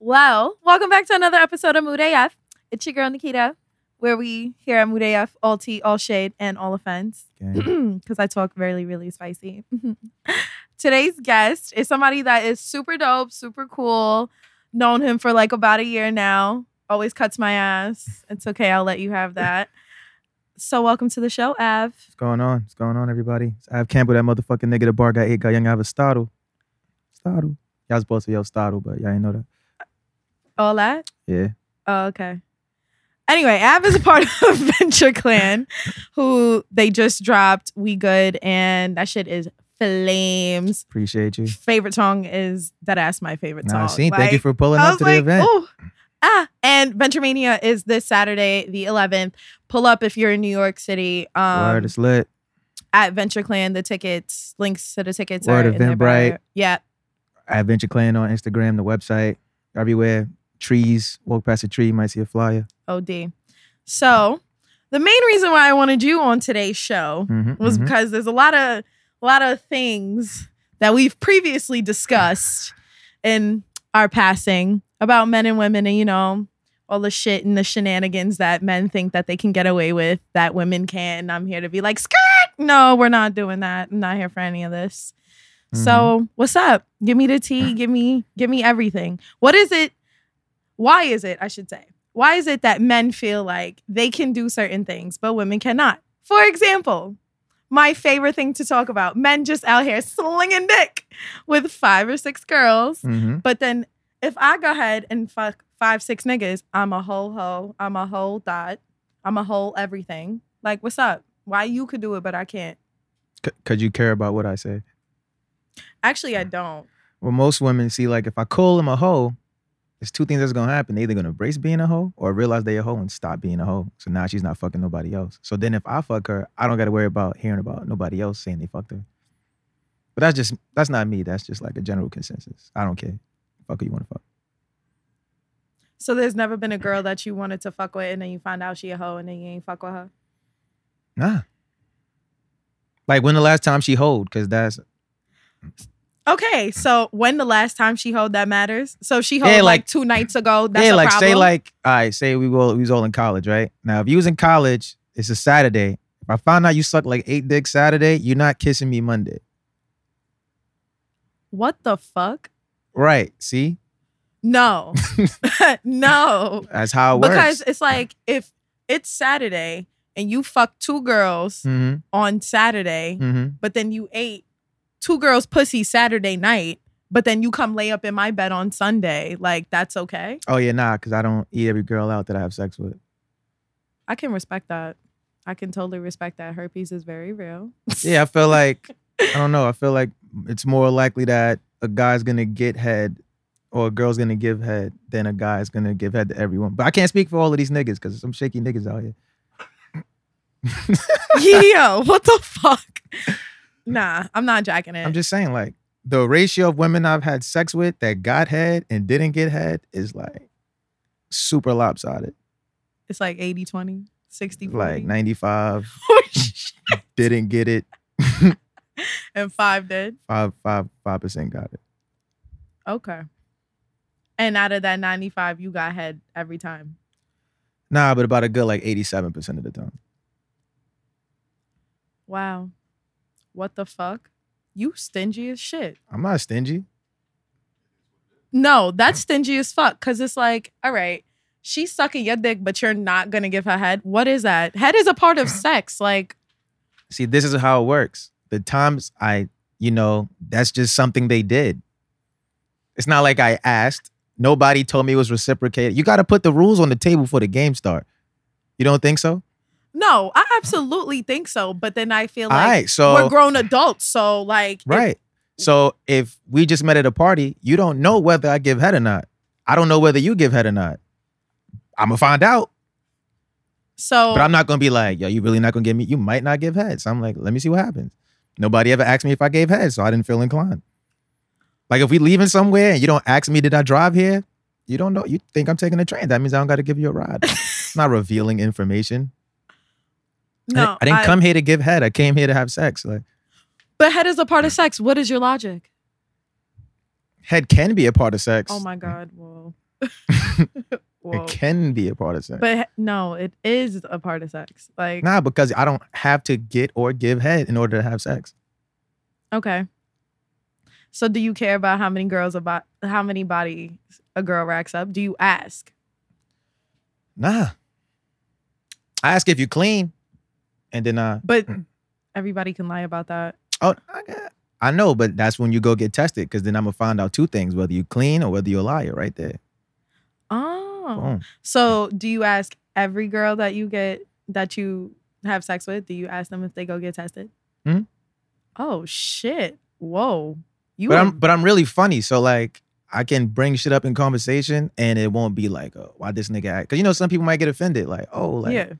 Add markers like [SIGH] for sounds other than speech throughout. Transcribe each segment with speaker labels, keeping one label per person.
Speaker 1: Well, welcome back to another episode of Mood AF. It's your girl Nikita, where we here at Mood AF all tea, all shade, and all offense. [CLEARS THROAT]
Speaker 2: Gang.
Speaker 1: Because I talk really, really spicy. [LAUGHS] Today's guest is somebody that is super dope, super cool. Known him for like about a year now. Always cuts my ass. It's okay. I'll let you have that. So welcome to the show, Av.
Speaker 2: What's going on? What's going on, everybody? It's Av Campbell, that motherfucking nigga that bar got eight, got young Avistado. Stado. Y'all supposed to yell Stado, but y'all ain't know that.
Speaker 1: All that.
Speaker 2: Yeah.
Speaker 1: Oh, okay. Anyway, Av is a part [LAUGHS] of Venture Clan, who they just dropped We Good, and that shit is flames.
Speaker 2: Appreciate you.
Speaker 1: Favorite song is that ass my favorite song.
Speaker 2: Nah, see, thank you
Speaker 1: Like,
Speaker 2: for pulling
Speaker 1: I
Speaker 2: up
Speaker 1: was
Speaker 2: to
Speaker 1: like,
Speaker 2: the event.
Speaker 1: ooh, ah, and Venture Mania is this Saturday, the 11th. Pull up if you're in New York City um,
Speaker 2: Word, it's lit.
Speaker 1: at Venture Clan. The tickets, links to the tickets
Speaker 2: Word,
Speaker 1: are in their bio.
Speaker 2: Eventbrite.
Speaker 1: Yeah,
Speaker 2: Adventure Clan on Instagram, the website, everywhere. Trees, walk past a tree, you might see a flyer.
Speaker 1: OD. So the main reason why I wanted you on today's show
Speaker 2: Mm-hmm,
Speaker 1: was because there's a lot of a lot of things that we've previously discussed in our passing about men and women and you know all the shit and the shenanigans that men think that they can get away with that women can. I'm here to be like skirt. No, we're not doing that. I'm not here for any of this. So what's up? Give me the tea. Give me give me everything. What is it? Why is it? I should say. Why is it that men feel like they can do certain things but women cannot? For example, my favorite thing to talk about: men just out here slinging dick with five or six girls.
Speaker 2: hmm
Speaker 1: But then if I go ahead and fuck five six niggas, I'm a whole hoe. I'm a whole dot. I'm a whole everything. Like what's up? Why you could do it but I can't?
Speaker 2: Because you care about what I say.
Speaker 1: Actually, I don't.
Speaker 2: Well, most women see, like, if I call them a hoe, there's two things that's going to happen. They either going to embrace being a hoe or realize they a hoe and stop being a hoe. So now she's not fucking nobody else. So then if I fuck her, I don't got to worry about hearing about nobody else saying they fucked her. But that's just, that's not me. That's just like a general consensus. I don't care. Fuck who you want to fuck.
Speaker 1: So there's never been a girl that you wanted to fuck with, and then you find out she a hoe, and then you ain't fuck with her.
Speaker 2: Nah. Like when the last time she hoed, because that's
Speaker 1: Okay, so when the last time she hoed that matters. So if she hoed
Speaker 2: Yeah,
Speaker 1: like,
Speaker 2: like-
Speaker 1: two nights ago. That's a
Speaker 2: yeah, like
Speaker 1: problem.
Speaker 2: say like all right, say we were we was all in college, right? Now if you was in college, it's a Saturday. If I find out you suck like eight dicks Saturday, you're not kissing me Monday.
Speaker 1: what the fuck?
Speaker 2: Right. See? [LAUGHS]
Speaker 1: No, [LAUGHS] no,
Speaker 2: That's how it
Speaker 1: because
Speaker 2: works.
Speaker 1: it's like if it's Saturday and you fucked two girls
Speaker 2: Mm-hmm,
Speaker 1: on Saturday,
Speaker 2: mm-hmm.
Speaker 1: but then you ate two girls' pussy Saturday night, but then you come lay up in my bed on Sunday. Like that's okay.
Speaker 2: Oh yeah, nah, because I don't eat every girl out that I have sex with.
Speaker 1: I can respect that. I can totally respect that. Herpes is very real.
Speaker 2: Yeah, I feel like I don't know. I feel like it's more likely that a guy's gonna get head or a girl's gonna give head than a guy's gonna give head to everyone. But I can't speak for all of these niggas because some shaky niggas out here.
Speaker 1: [LAUGHS] yeah, what the fuck? Nah, I'm not jacking it.
Speaker 2: I'm just saying, like, the ratio of women I've had sex with that got head and didn't get head is like super lopsided.
Speaker 1: it's like 80 20, 60 [LAUGHS]
Speaker 2: Like
Speaker 1: 40.
Speaker 2: 95 didn't get it,
Speaker 1: and five did.
Speaker 2: five, five, five percent got it.
Speaker 1: Okay. And out of that 95, you got head every time.
Speaker 2: Nah, but about a good like 87% of the time.
Speaker 1: Wow. What the fuck? You stingy as shit.
Speaker 2: I'm not stingy.
Speaker 1: No, that's stingy as fuck. Cause it's like, all right, she's sucking your dick, but you're not gonna give her head. What is that? Head is a part
Speaker 2: [LAUGHS]
Speaker 1: of sex. Like,
Speaker 2: See, this is how it works. The times I, you know, that's just something they did. It's not like I asked. Nobody told me it was reciprocated. You got to put the rules on the table for the game start. You don't think so?
Speaker 1: no, I absolutely think so. But then I feel
Speaker 2: All
Speaker 1: like
Speaker 2: right, so
Speaker 1: we're grown adults. So like if-
Speaker 2: Right. So if we just met at a party, you don't know whether I give head or not. I don't know whether you give head or not. I'm gonna find out,
Speaker 1: so
Speaker 2: but I'm not gonna be like, yo, you really not gonna give me. You might not give head. So I'm like, let me see what happens. Nobody ever asked me if I gave head, so I didn't feel inclined. Like if we leaving somewhere and you don't ask me, did I drive here? You don't know. You think I'm taking a train? That means I don't got to give you
Speaker 1: [LAUGHS]
Speaker 2: a ride. it's not revealing information. I
Speaker 1: no,
Speaker 2: didn't- I didn't come here to give head. I came here to have sex. Like
Speaker 1: But head is a
Speaker 2: Mm.
Speaker 1: part of sex. What is your logic?
Speaker 2: head can be a part of sex. [LAUGHS]
Speaker 1: Oh my Oh god. Whoa. Whoa.
Speaker 2: It can be a part of sex.
Speaker 1: But no, it is a part of sex. Like
Speaker 2: nah, because I don't have to get or give head in order to have sex.
Speaker 1: okay. So do you care about how many girls about how many bodies a girl racks up? Do you ask?
Speaker 2: Nah. I ask if you clean, and then I
Speaker 1: But everybody can lie about that.
Speaker 2: oh I, got- I know, but that's when you go get tested because then I'm gonna find out two things: whether you clean or whether you're a liar. Right there.
Speaker 1: Oh.
Speaker 2: Boom.
Speaker 1: So do you ask every girl that you get that you have sex with? Do you ask them if they go get tested?
Speaker 2: Mhm.
Speaker 1: Oh shit! Whoa, you
Speaker 2: But
Speaker 1: are-
Speaker 2: I'm but I'm really funny, so like I can bring shit up in conversation, and it won't be like, oh, why this nigga act? Because you know some people might get offended, like, oh, like
Speaker 1: yeah.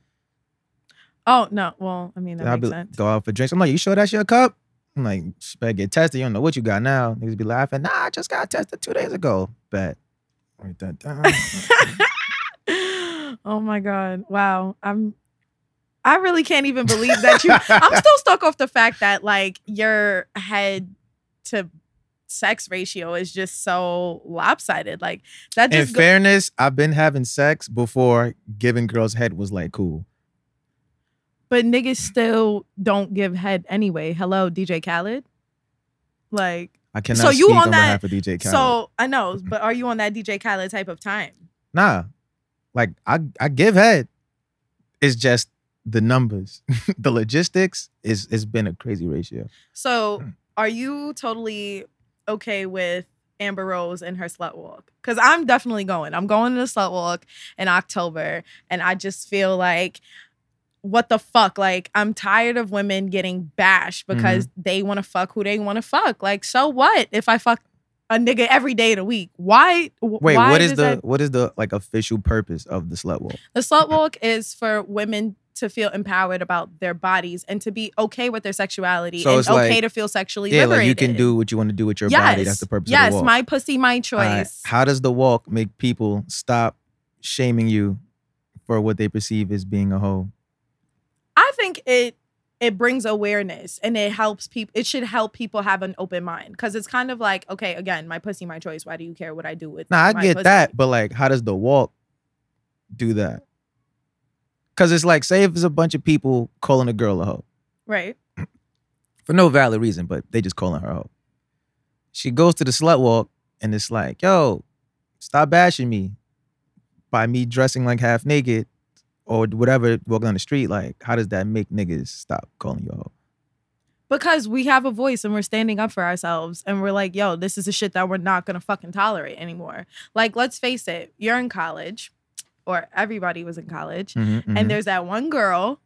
Speaker 1: Oh no! Well, I mean that
Speaker 2: I'll
Speaker 1: makes
Speaker 2: be
Speaker 1: sense. [GASPS]
Speaker 2: go out for drinks. I'm like, you sure that's your cup? I'm like, "Shh, better get tested. You don't know what you got now. Niggas be laughing. Nah, I just got tested two days ago. Bet. Write that
Speaker 1: [LAUGHS]
Speaker 2: down.
Speaker 1: oh my god! Wow, I'm. I really can't even believe that
Speaker 2: [LAUGHS]
Speaker 1: you. I'm still stuck off the fact that like your head to sex ratio is just so lopsided. Like that
Speaker 2: In
Speaker 1: just go-
Speaker 2: fairness, I've been having sex before giving girls head was like cool.
Speaker 1: But niggas still don't give head anyway. Hello, DJ Khaled. Like,
Speaker 2: I cannot
Speaker 1: So you
Speaker 2: speak
Speaker 1: on
Speaker 2: on
Speaker 1: that-
Speaker 2: behalf of DJ Khaled.
Speaker 1: so I know, but are you on that DJ Khaled type of time?
Speaker 2: Nah. Like I I give head. It's just the numbers. [LAUGHS] the logistics is it's been a crazy ratio.
Speaker 1: So
Speaker 2: Hmm.
Speaker 1: are you totally okay with Amber Rose and her slut walk? Because I'm definitely going. I'm going to the slut walk in October, and I just feel like. What the fuck? Like, I'm tired of women getting bashed because
Speaker 2: Mm-hmm.
Speaker 1: they want to fuck who they want to fuck. Like, so what if I fuck a nigga every day of the week? Why? wh-
Speaker 2: Wait,
Speaker 1: why
Speaker 2: what is
Speaker 1: does
Speaker 2: the
Speaker 1: that-
Speaker 2: what is the like official purpose of the slut walk?
Speaker 1: The slut walk is for women to feel empowered about their bodies and to be okay with their sexuality
Speaker 2: So
Speaker 1: and
Speaker 2: it's
Speaker 1: okay
Speaker 2: like-
Speaker 1: to feel sexually
Speaker 2: Yeah,
Speaker 1: liberated.
Speaker 2: like you can do what you want to do with your
Speaker 1: yes,
Speaker 2: body. That's the purpose
Speaker 1: Yes,
Speaker 2: of the walk.
Speaker 1: my pussy, my
Speaker 2: All right,
Speaker 1: choice.
Speaker 2: How does the walk make people stop shaming you for what they perceive as being a hoe?
Speaker 1: I think it it brings awareness and it helps people it should help people have an open mind because it's kind of like okay again my pussy my choice why do you care what i do with
Speaker 2: Now I
Speaker 1: my
Speaker 2: get
Speaker 1: pussy?
Speaker 2: that, but like, how does the walk do that? Because it's like, say if there's a bunch of people calling a girl a hoe
Speaker 1: right
Speaker 2: for no valid reason, but they just calling her a hoe. She goes to the slut walk and it's like, yo, stop bashing me by me dressing like half naked or whatever, walking on the street. Like, how does that make niggas stop calling you a hoe?
Speaker 1: because we have a voice and we're standing up for ourselves and we're like yo this is the shit that we're not gonna fucking tolerate anymore like let's face it you're in college or everybody was in college
Speaker 2: Mhm, mhm,
Speaker 1: and there's that one girl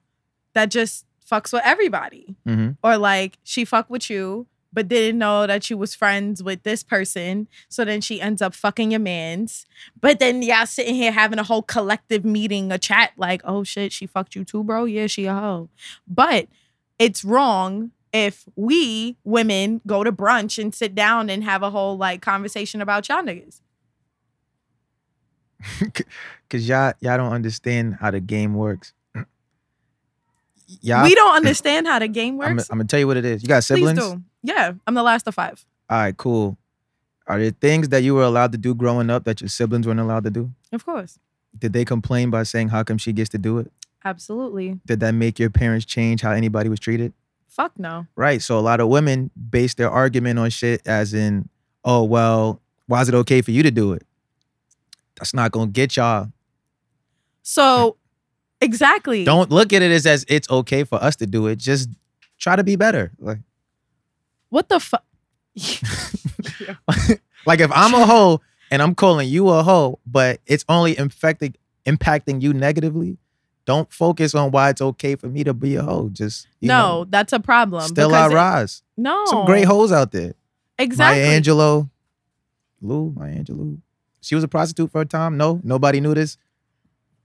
Speaker 1: that just fucks with everybody
Speaker 2: mhm.
Speaker 1: or like she fucked with you but didn't know that you was friends with this person so then she ends up fucking your mans but then y'all sitting here having a whole collective meeting a chat like oh shit she fucked you too bro yeah she a hoe but it's wrong if we women go to brunch and sit down and have a whole like conversation about y'all niggas
Speaker 2: Cause y'all y'all don't understand how the game works. [CLEARS THROAT] Y'all,
Speaker 1: we don't understand how the game
Speaker 2: I'm,
Speaker 1: works
Speaker 2: gonna tell you what it is. You got siblings.
Speaker 1: please do yeah i'm the last of five
Speaker 2: All right, cool. Are there things that you were allowed to do growing up that your siblings weren't allowed to do?
Speaker 1: of course
Speaker 2: Did they complain by saying how come she gets to do it?
Speaker 1: absolutely
Speaker 2: Did that make your parents change how anybody was treated?
Speaker 1: fuck no
Speaker 2: Right. So a lot of women base their argument on shit as in, oh well, why is it okay for you to do it? That's not gonna get y'all.
Speaker 1: So exactly.
Speaker 2: Don't look at it as as it's okay for us to do it. Just try to be better. Like
Speaker 1: what the fuck?
Speaker 2: Like if I'm a hoe and I'm calling you a hoe, but it's only infecting impacting you negatively, don't focus on why it's okay for me to be a hoe. Just you
Speaker 1: no, that's a
Speaker 2: know,
Speaker 1: problem.
Speaker 2: still I
Speaker 1: because it-
Speaker 2: rise.
Speaker 1: No.
Speaker 2: Some great hoes out there.
Speaker 1: Exactly.
Speaker 2: Maya Angelou, Lou, Maya Angelou. She was a prostitute for a time. No, nobody knew this.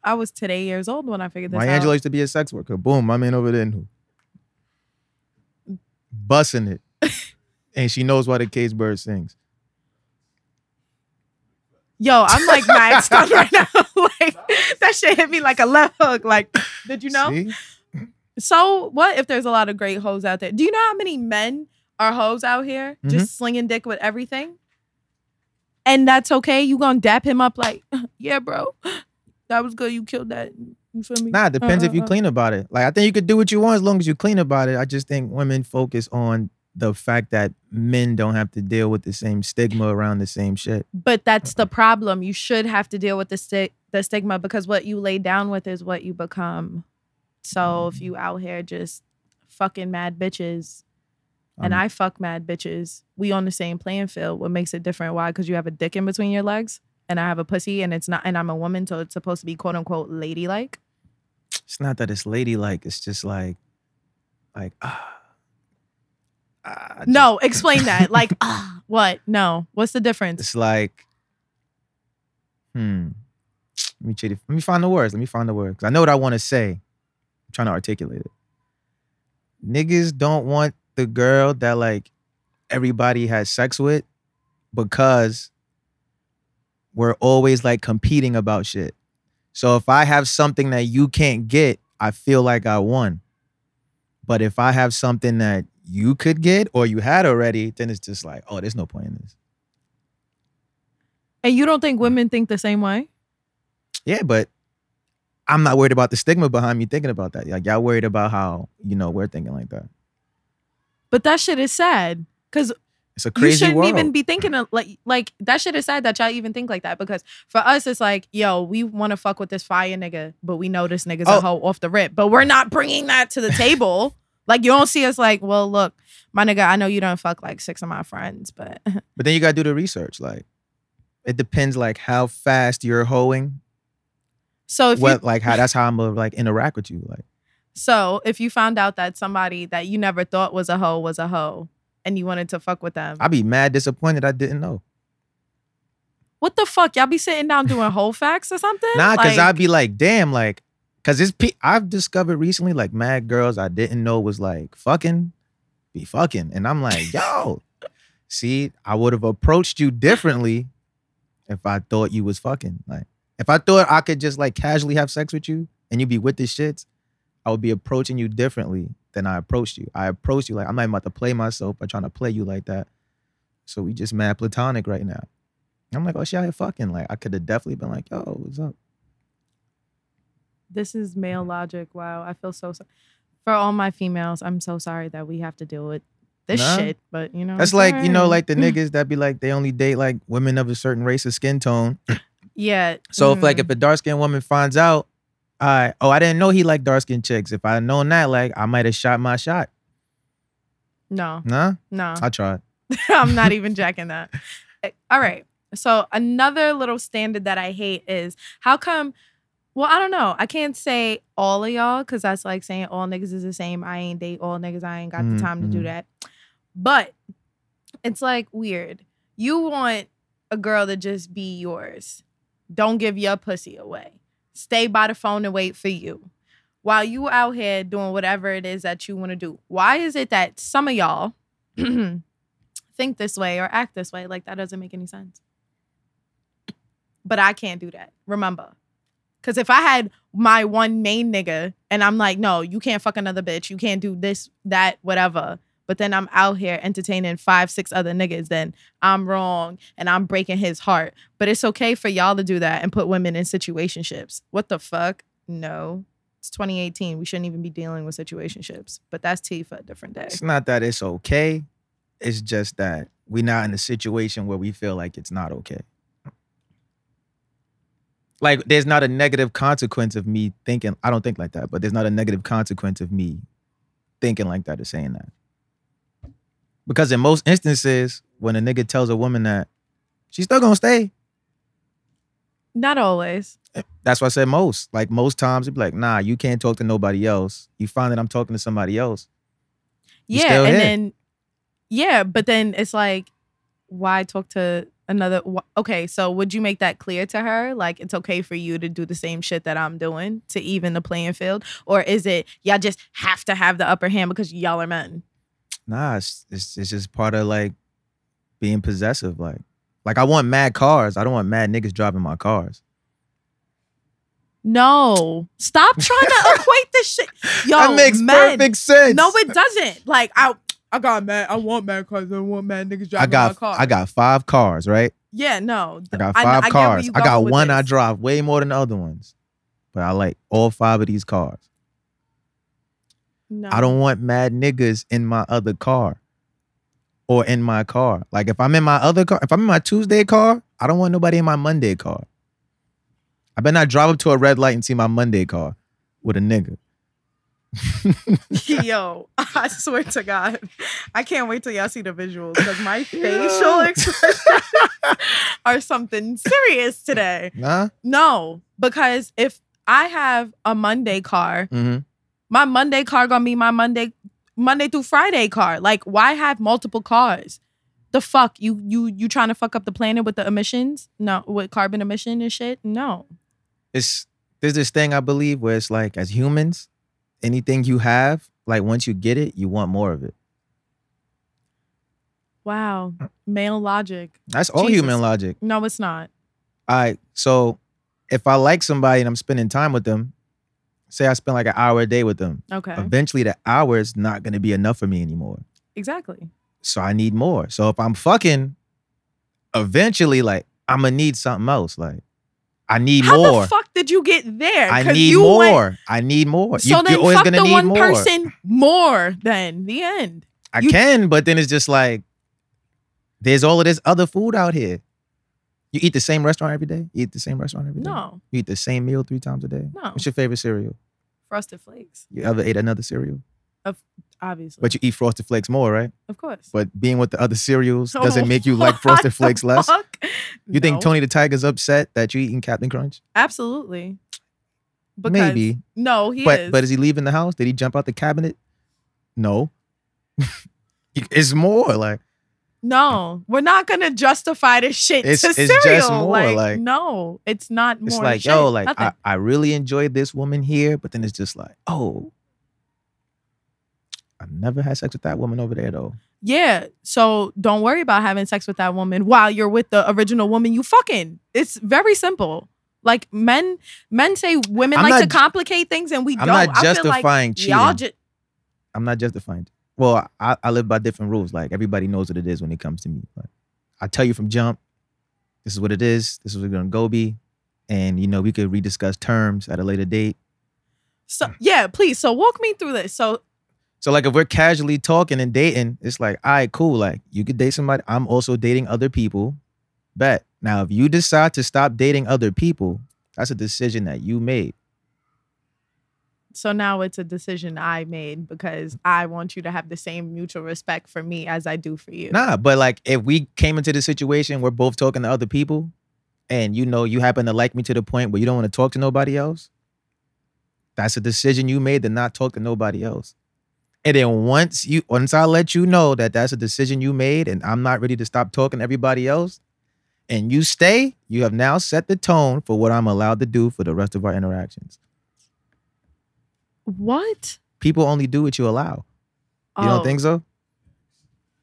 Speaker 1: I was today years old when I figured this
Speaker 2: Maya
Speaker 1: out.
Speaker 2: Angelou used to be a sex worker. Boom, my man over there knew. Bussing it.
Speaker 1: [LAUGHS]
Speaker 2: and she knows why the cage bird sings.
Speaker 1: Yo, I'm like mad
Speaker 2: [LAUGHS]
Speaker 1: stunned right now. [LAUGHS] like that shit hit me like a left hook. Like, did you know?
Speaker 2: See?
Speaker 1: So what if there's a lot of great hoes out there? Do
Speaker 2: Mm-hmm.
Speaker 1: you know how many men are hoes out here, just slinging dick with everything? and that's okay. You gonna dap him up like, [LAUGHS] yeah, bro, [GASPS] that was good. You killed that. You feel me?
Speaker 2: Nah, it depends if you
Speaker 1: uh, uh.
Speaker 2: clean about it. Like I think you could do what you want as long as you clean about it. I just think women focus on the fact that men don't have to deal with the same stigma around the same shit.
Speaker 1: But that's the problem. You should have to deal with the sti- the stigma because what you lay down with is what you become. So
Speaker 2: Mm-hmm.
Speaker 1: if you out here just fucking mad bitches, and
Speaker 2: Um,
Speaker 1: I fuck mad bitches, we on the same playing field. What makes it different? Why? Because you have a dick in between your legs, and I have a pussy, and it's not, and I'm a woman, so it's supposed to be quote unquote ladylike.
Speaker 2: it's not that it's ladylike. It's just like, like ah, ah, I just-
Speaker 1: No, explain
Speaker 2: [LAUGHS]
Speaker 1: that. Like, ah, what? No, what's the difference?
Speaker 2: It's like, hmm. Let me cheat it. Let me find the words. Let me find the words. 'Cause I know what I want to say. I'm trying to articulate it. Niggas don't want the girl that like everybody has sex with because we're always like competing about shit. So if I have something that you can't get, I feel like I won. But if I have something that you could get or you had already, then it's just like, oh, there's no point in this.
Speaker 1: And you don't think women think the same way?
Speaker 2: Yeah, but I'm not worried about the stigma behind me thinking about that. Like y'all worried about how you know we're thinking like that.
Speaker 1: But that shit is sad because
Speaker 2: It's a
Speaker 1: you
Speaker 2: crazy
Speaker 1: shouldn't
Speaker 2: world.
Speaker 1: even be thinking of, like like that shit is sad that y'all even think like that because for us it's like yo we want to fuck with this fire nigga but we know this nigga's
Speaker 2: Oh.
Speaker 1: a hoe off the rip but we're not bringing that to the
Speaker 2: [LAUGHS]
Speaker 1: table like you don't see us like well look my nigga I know you don't fuck like six of my friends but [LAUGHS]
Speaker 2: but then you gotta do the research. Like it depends, like how fast you're hoeing.
Speaker 1: so if you
Speaker 2: What like how that's how I'm gonna like interact with you. Like
Speaker 1: so if you found out that somebody that you never thought was a hoe was a hoe and you wanted to fuck with them
Speaker 2: I'd be mad disappointed I didn't know.
Speaker 1: what the fuck y'all be sitting down doing whole facts or something
Speaker 2: Nah, cause
Speaker 1: Like-
Speaker 2: I'd be like, damn, like, cause it's pe- I've discovered recently like mad girls I didn't know was like fucking, be fucking, and I'm like, yo, see, I would have approached you differently if I thought you was fucking. Like, if I thought I could just like casually have sex with you and you'd be with the shits, I would be approaching you differently than I approached you. I approached you like I'm not even about to play myself by trying to play you like that. So we just mad platonic right now. I'm like, oh, she out here fucking. Like, I could have definitely been like, yo, what's up?
Speaker 1: This is male
Speaker 2: Mm-hmm.
Speaker 1: logic. Wow, I feel so sorry for all my females. I'm so sorry that we have to deal with this
Speaker 2: Nah.
Speaker 1: shit. But you know,
Speaker 2: That's
Speaker 1: it's
Speaker 2: like, you know,
Speaker 1: alright. [LAUGHS]
Speaker 2: like the niggas that be like they only date like women of a certain race or skin tone.
Speaker 1: yeah.
Speaker 2: So if like
Speaker 1: mm.
Speaker 2: if a dark skinned woman finds out, I oh, I didn't know he liked dark skinned chicks. If I would known that, like I might have shot my shot.
Speaker 1: no,
Speaker 2: Nah,
Speaker 1: no,
Speaker 2: I tried.
Speaker 1: [LAUGHS] I'm not even jacking that. Eh, All right. So another little standard that I hate is how come? Well, I don't know. I can't say all of y'all because that's like saying all niggas is the same. I ain't date all niggas. I ain't got
Speaker 2: Mm,
Speaker 1: the time to
Speaker 2: mhm.
Speaker 1: do that. But it's like weird. You want a girl to just be yours. Don't give your pussy away. Stay by the phone and wait for you. While you out here doing whatever it is that you want to do. Why is it that some of y'all [CLEARS THROAT] think this way or act this way? Like that doesn't make any sense. But I can't do that. Remember. Cause if I had my one main nigga and I'm like, no, you can't fuck another bitch. You can't do this, that, whatever. But then I'm out here entertaining five, six other niggas, then I'm wrong and I'm breaking his heart. But it's okay for y'all to do that and put women in situationships. What the fuck? No. It's 2018. We shouldn't even be dealing with situationships. But that's tea for a different day.
Speaker 2: It's not that it's okay. It's just that we're not in a situation where we feel like it's not okay. Like there's not a negative consequence of me thinking I don't think like that, but there's not a negative consequence of me thinking like that or saying that. Because in most instances, when a nigga tells a woman that, she's still gonna stay.
Speaker 1: Not always.
Speaker 2: That's why I said most. Like most times, it'd be like, nah, you can't talk to nobody else. You find that I'm talking to somebody else. You
Speaker 1: yeah
Speaker 2: still
Speaker 1: and
Speaker 2: here.
Speaker 1: then yeah but then it's like why talk to another wh- okay so would you make that clear to her like it's okay for you to do the same shit that i'm doing to even the playing field or is it y'all just have to have the upper hand because y'all are men
Speaker 2: Nah, it's, it's it's just part of like being possessive. Like, like I want mad cars. I don't want mad niggas driving my cars.
Speaker 1: no stop
Speaker 2: [LAUGHS]
Speaker 1: trying to equate this shit yo
Speaker 2: that makes
Speaker 1: men.
Speaker 2: perfect sense.
Speaker 1: no it doesn't like i i got mad i want mad cars i want mad niggas driving
Speaker 2: I got
Speaker 1: my car
Speaker 2: I got five cars, right?
Speaker 1: Yeah, no.
Speaker 2: I
Speaker 1: th-
Speaker 2: got
Speaker 1: kn-
Speaker 2: five
Speaker 1: get where
Speaker 2: cars.
Speaker 1: you
Speaker 2: I
Speaker 1: going
Speaker 2: got
Speaker 1: with
Speaker 2: one I
Speaker 1: this.
Speaker 2: drive way more than the other ones, but I like all five of these cars.
Speaker 1: No.
Speaker 2: I don't want mad niggas in my other car or in my car. Like if I'm in my other car, if I'm in my Tuesday car, I don't want nobody in my Monday car. I better not drive up to a red light and see my Monday car with a nigga.
Speaker 1: Yo, I swear to God, I can't wait till y'all see the visuals because my facial
Speaker 2: Yo.
Speaker 1: expressions are something serious today.
Speaker 2: Nah.
Speaker 1: No, because if I have a Monday car,
Speaker 2: Mm-hmm.
Speaker 1: my Monday car gonna be my Monday Monday through Friday car. Like, why have multiple cars? The fuck you you you trying to fuck up the planet with the emissions? No, with carbon emission and shit. No,
Speaker 2: It's there's this thing I believe where it's like as humans, anything you have, like once you get it, you want more of it.
Speaker 1: wow, male logic.
Speaker 2: That's all
Speaker 1: Jesus.
Speaker 2: human logic.
Speaker 1: No, it's not.
Speaker 2: All right. So if I like somebody and I'm spending time with them, say I spend like an hour a day with them,
Speaker 1: Okay,
Speaker 2: eventually the hour is not going to be enough for me anymore.
Speaker 1: exactly.
Speaker 2: So I need more. So if I'm fucking, eventually, like, I'm going to need something else. Like, I need
Speaker 1: How
Speaker 2: more.
Speaker 1: the fuck did you get there?
Speaker 2: I
Speaker 1: 'Cause
Speaker 2: need
Speaker 1: you
Speaker 2: more.
Speaker 1: went-
Speaker 2: I need more.
Speaker 1: so then
Speaker 2: always
Speaker 1: fuck
Speaker 2: gonna
Speaker 1: the one person more than the end.
Speaker 2: I
Speaker 1: you-
Speaker 2: can, but then it's just like, there's all of this other food out here. You eat the same restaurant every day? You eat the same restaurant every day?
Speaker 1: No,
Speaker 2: You eat the same meal three times a day?
Speaker 1: No.
Speaker 2: What's your favorite cereal?
Speaker 1: frosted flakes,
Speaker 2: You ever ate another cereal?
Speaker 1: obviously.
Speaker 2: But you eat Frosted Flakes more, right?
Speaker 1: of course. [LAUGHS]
Speaker 2: But being with the other cereals doesn't
Speaker 1: Oh,
Speaker 2: make you
Speaker 1: [LAUGHS]
Speaker 2: like
Speaker 1: what
Speaker 2: Frosted
Speaker 1: the
Speaker 2: Flakes less.
Speaker 1: fuck?
Speaker 2: You think
Speaker 1: No.
Speaker 2: Tony the Tiger's upset that you eating Captain Crunch?
Speaker 1: Absolutely. Because,
Speaker 2: Maybe.
Speaker 1: No, he
Speaker 2: But
Speaker 1: is.
Speaker 2: but is he leaving the house? Did he jump out the cabinet? No. [LAUGHS] it's more like
Speaker 1: no, we're not gonna justify this shit
Speaker 2: It's-
Speaker 1: to
Speaker 2: it's just
Speaker 1: cereal.
Speaker 2: more,
Speaker 1: like,
Speaker 2: like-
Speaker 1: no, it's not more.
Speaker 2: it's like
Speaker 1: shit.
Speaker 2: yo, like I,
Speaker 1: Nothing.
Speaker 2: I really enjoyed this woman here, but then it's just like oh, I never had sex with that woman over there though.
Speaker 1: yeah. So don't worry about having sex with that woman while you're with the original woman you fucking. It's very simple. Like men, men say women
Speaker 2: I'm
Speaker 1: like
Speaker 2: not
Speaker 1: to
Speaker 2: ju-
Speaker 1: complicate things, and we
Speaker 2: I'm
Speaker 1: don't.
Speaker 2: not
Speaker 1: I feel like
Speaker 2: justifying
Speaker 1: y'all
Speaker 2: cheating.
Speaker 1: just
Speaker 2: I'm not justifying. Well, I, I live by different rules. Like everybody knows what it is when it comes to me. Like I tell you from jump, this is what it is. This is what we're gonna go be, and you know we could rediscuss terms at a later date. Hmm.
Speaker 1: so yeah. Please, so walk me through this. So
Speaker 2: So like if we're casually talking and dating, it's like, all right, cool. Like you could date somebody. I'm also dating other people. Bet now if you decide to stop dating other people, that's a decision that you made.
Speaker 1: So now it's a decision I made because I want you to have the same mutual respect for me as I do for you.
Speaker 2: Nah, but like if we came into the situation, we're both talking to other people, and you know you happen to like me to the point where you don't want to talk to nobody else. That's a decision you made to not talk to nobody else. And then once you once I let you know that that's a decision you made, and I'm not ready to stop talking to everybody else, and you stay, you have now set the tone for what I'm allowed to do for the rest of our interactions.
Speaker 1: What?
Speaker 2: People only do what you allow. You
Speaker 1: Oh,
Speaker 2: don't think so?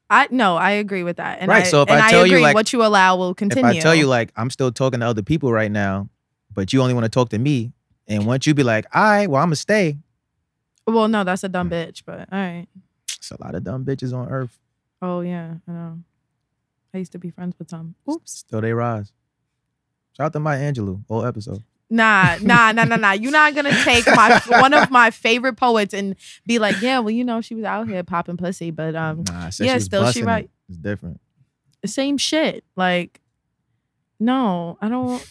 Speaker 1: I no, I agree with that. And
Speaker 2: Right,
Speaker 1: I,
Speaker 2: so if
Speaker 1: and
Speaker 2: I tell you,
Speaker 1: agree
Speaker 2: like-
Speaker 1: what you allow will continue.
Speaker 2: If I tell you like I'm still talking to other people right now, but you only want to talk to me, and once you be like, all right, well I'm gonna stay. [SNIFFS]
Speaker 1: well, no, that's a
Speaker 2: Hmm.
Speaker 1: dumb bitch. But all right.
Speaker 2: It's a lot of dumb bitches on earth.
Speaker 1: Oh yeah, I know. I used to be friends with some. Oops.
Speaker 2: Still they rise. Shout out to my Angelou, whole episode.
Speaker 1: Nah, nah, nah, nah, nah. You're not gonna take my one of my favorite poets and be like, yeah, well, you know, she was out here popping pussy, but um,
Speaker 2: nah, I said
Speaker 1: yeah,
Speaker 2: she was
Speaker 1: still she
Speaker 2: busting it.
Speaker 1: right.
Speaker 2: It's different.
Speaker 1: same shit. Like, no, I
Speaker 2: [LAUGHS]
Speaker 1: don't.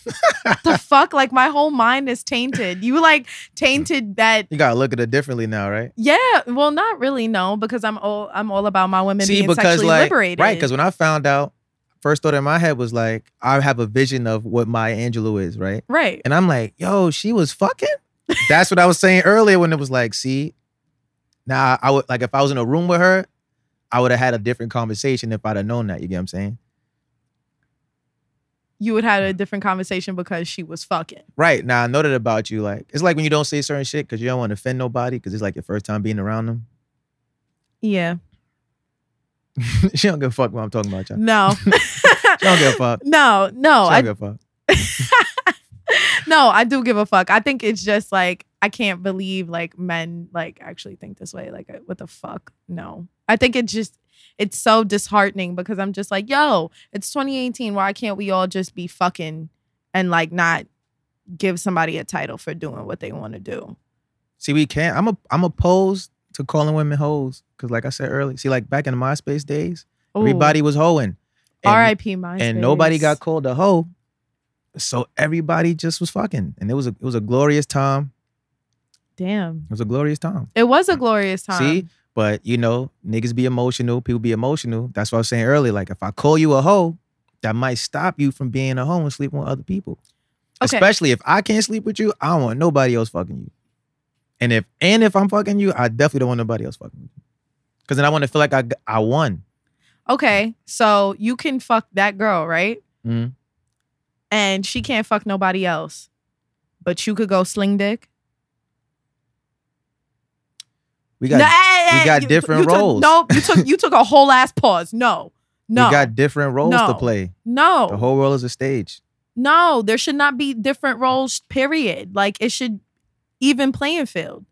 Speaker 1: the fuck? Like, my whole mind is tainted. You like tainted that.
Speaker 2: You gotta look at it differently now, right?
Speaker 1: Yeah, well, not really. No, because I'm all I'm all about my women
Speaker 2: See,
Speaker 1: being
Speaker 2: because
Speaker 1: sexually
Speaker 2: like
Speaker 1: liberated.
Speaker 2: right, because when I found out, first thought in my head was like, I have a vision of what my Angelou is, right?
Speaker 1: right,
Speaker 2: And I'm like, yo, she was fucking. That's what I was saying earlier when it was like, see, now I would like if I was in a room with her, I would have had a different conversation if I'd have known that. You get what I'm saying?
Speaker 1: you would have a different conversation because she was fucking.
Speaker 2: Right. Now I know that about you. Like, it's like when you don't say certain shit because you don't want to offend nobody because it's like your first time being around them. [LAUGHS]
Speaker 1: Yeah.
Speaker 2: she don't give a fuck what I'm talking about, y'all.
Speaker 1: No.
Speaker 2: [LAUGHS] She don't give a
Speaker 1: [LAUGHS]
Speaker 2: fuck.
Speaker 1: no. No.
Speaker 2: she don't
Speaker 1: I
Speaker 2: give a fuck.
Speaker 1: no. I do give a fuck. I think it's just like I can't uh, believe like men like actually think this way. Like, what the fuck? No. I think it's just it's so disheartening because I'm just like, yo, it's 2018. Why can't we all just be fucking and like not give somebody a title for doing what they want to do?
Speaker 2: See, we can't. I'm a I'm opposed to calling women hoes because, like I said earlier, see, like back in the MySpace days,
Speaker 1: Ooh,
Speaker 2: everybody was hoeing. And-
Speaker 1: R.I.P. MySpace.
Speaker 2: and nobody got called a hoe. So everybody just was fucking, and it was a it was a glorious time.
Speaker 1: Damn,
Speaker 2: It was a glorious time.
Speaker 1: it was a glorious time.
Speaker 2: See, but you know, niggas be emotional. People be emotional. That's what I was saying earlier. Like if I call you a hoe, that might stop you from being a hoe and sleeping with other people.
Speaker 1: Okay.
Speaker 2: Especially if I can't sleep with you, I don't want nobody else fucking you. And if and if I'm fucking you, I definitely don't want nobody else fucking you. Cause then I want to feel like I g- I won.
Speaker 1: Okay, so you can fuck that girl, right?
Speaker 2: Mhm.
Speaker 1: And she can't fuck nobody else, but you could go sling dick.
Speaker 2: We got
Speaker 1: No, eh,
Speaker 2: we
Speaker 1: eh,
Speaker 2: got
Speaker 1: you-
Speaker 2: different
Speaker 1: you took-
Speaker 2: roles.
Speaker 1: Nope, you took you took a whole ass pause. No, no,
Speaker 2: [LAUGHS] we got different roles
Speaker 1: No.
Speaker 2: to play.
Speaker 1: no.
Speaker 2: The whole world is a stage.
Speaker 1: No, there should not be different roles, period. Like it should even playing field.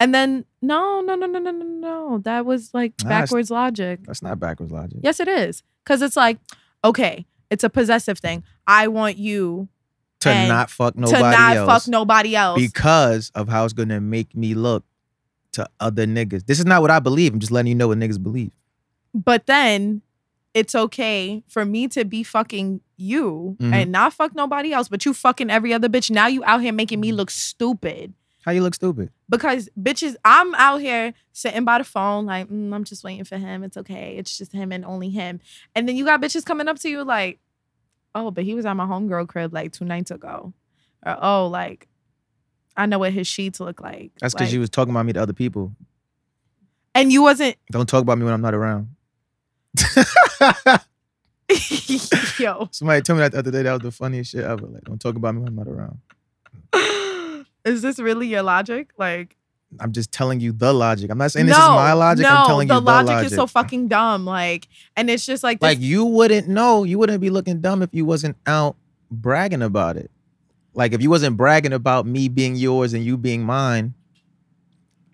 Speaker 1: And then no, no, no, no, no, no, no. That was like
Speaker 2: Nah, it's- uh,
Speaker 1: backwards logic.
Speaker 2: That's not backwards logic.
Speaker 1: Yes, it is. Cause it's like, okay, it's a possessive thing. I want you
Speaker 2: to
Speaker 1: and
Speaker 2: not fuck nobody
Speaker 1: to not
Speaker 2: else
Speaker 1: fuck nobody else.
Speaker 2: because of how it's gonna make me look to other niggas. This is not what I believe. I'm just letting you know what niggas believe.
Speaker 1: but then it's okay for me to be fucking you
Speaker 2: Mhm.
Speaker 1: and not fuck nobody else, but you fucking every other bitch. Now you out here making
Speaker 2: Mm-hmm.
Speaker 1: me look stupid.
Speaker 2: How you look stupid?
Speaker 1: because bitches, I'm out here sitting by the phone, like, mm, I'm just waiting for him. It's okay. It's just him and only him. And then you got bitches coming up to you like, oh, but he was at my homegirl crib like two nights ago. Or, oh, like, I know what his sheets look like.
Speaker 2: That's because
Speaker 1: Like-
Speaker 2: you was talking about me to other people.
Speaker 1: And you wasn't. [LAUGHS]
Speaker 2: Don't talk about me when I'm not around. [LAUGHS]
Speaker 1: Yo.
Speaker 2: Somebody told me that the other day. That was the funniest shit ever. Like, don't talk about me when I'm not around.
Speaker 1: Is this really your logic? Like,
Speaker 2: I'm just telling you the logic. I'm not saying this is
Speaker 1: no,
Speaker 2: my logic.
Speaker 1: No,
Speaker 2: I'm telling
Speaker 1: the
Speaker 2: you
Speaker 1: logic,
Speaker 2: the logic.
Speaker 1: is so fucking dumb. Like, and it's just like, this,
Speaker 2: Like you wouldn't know, you wouldn't be looking dumb if you wasn't out bragging about it. Like if you wasn't bragging about me being yours and you being mine,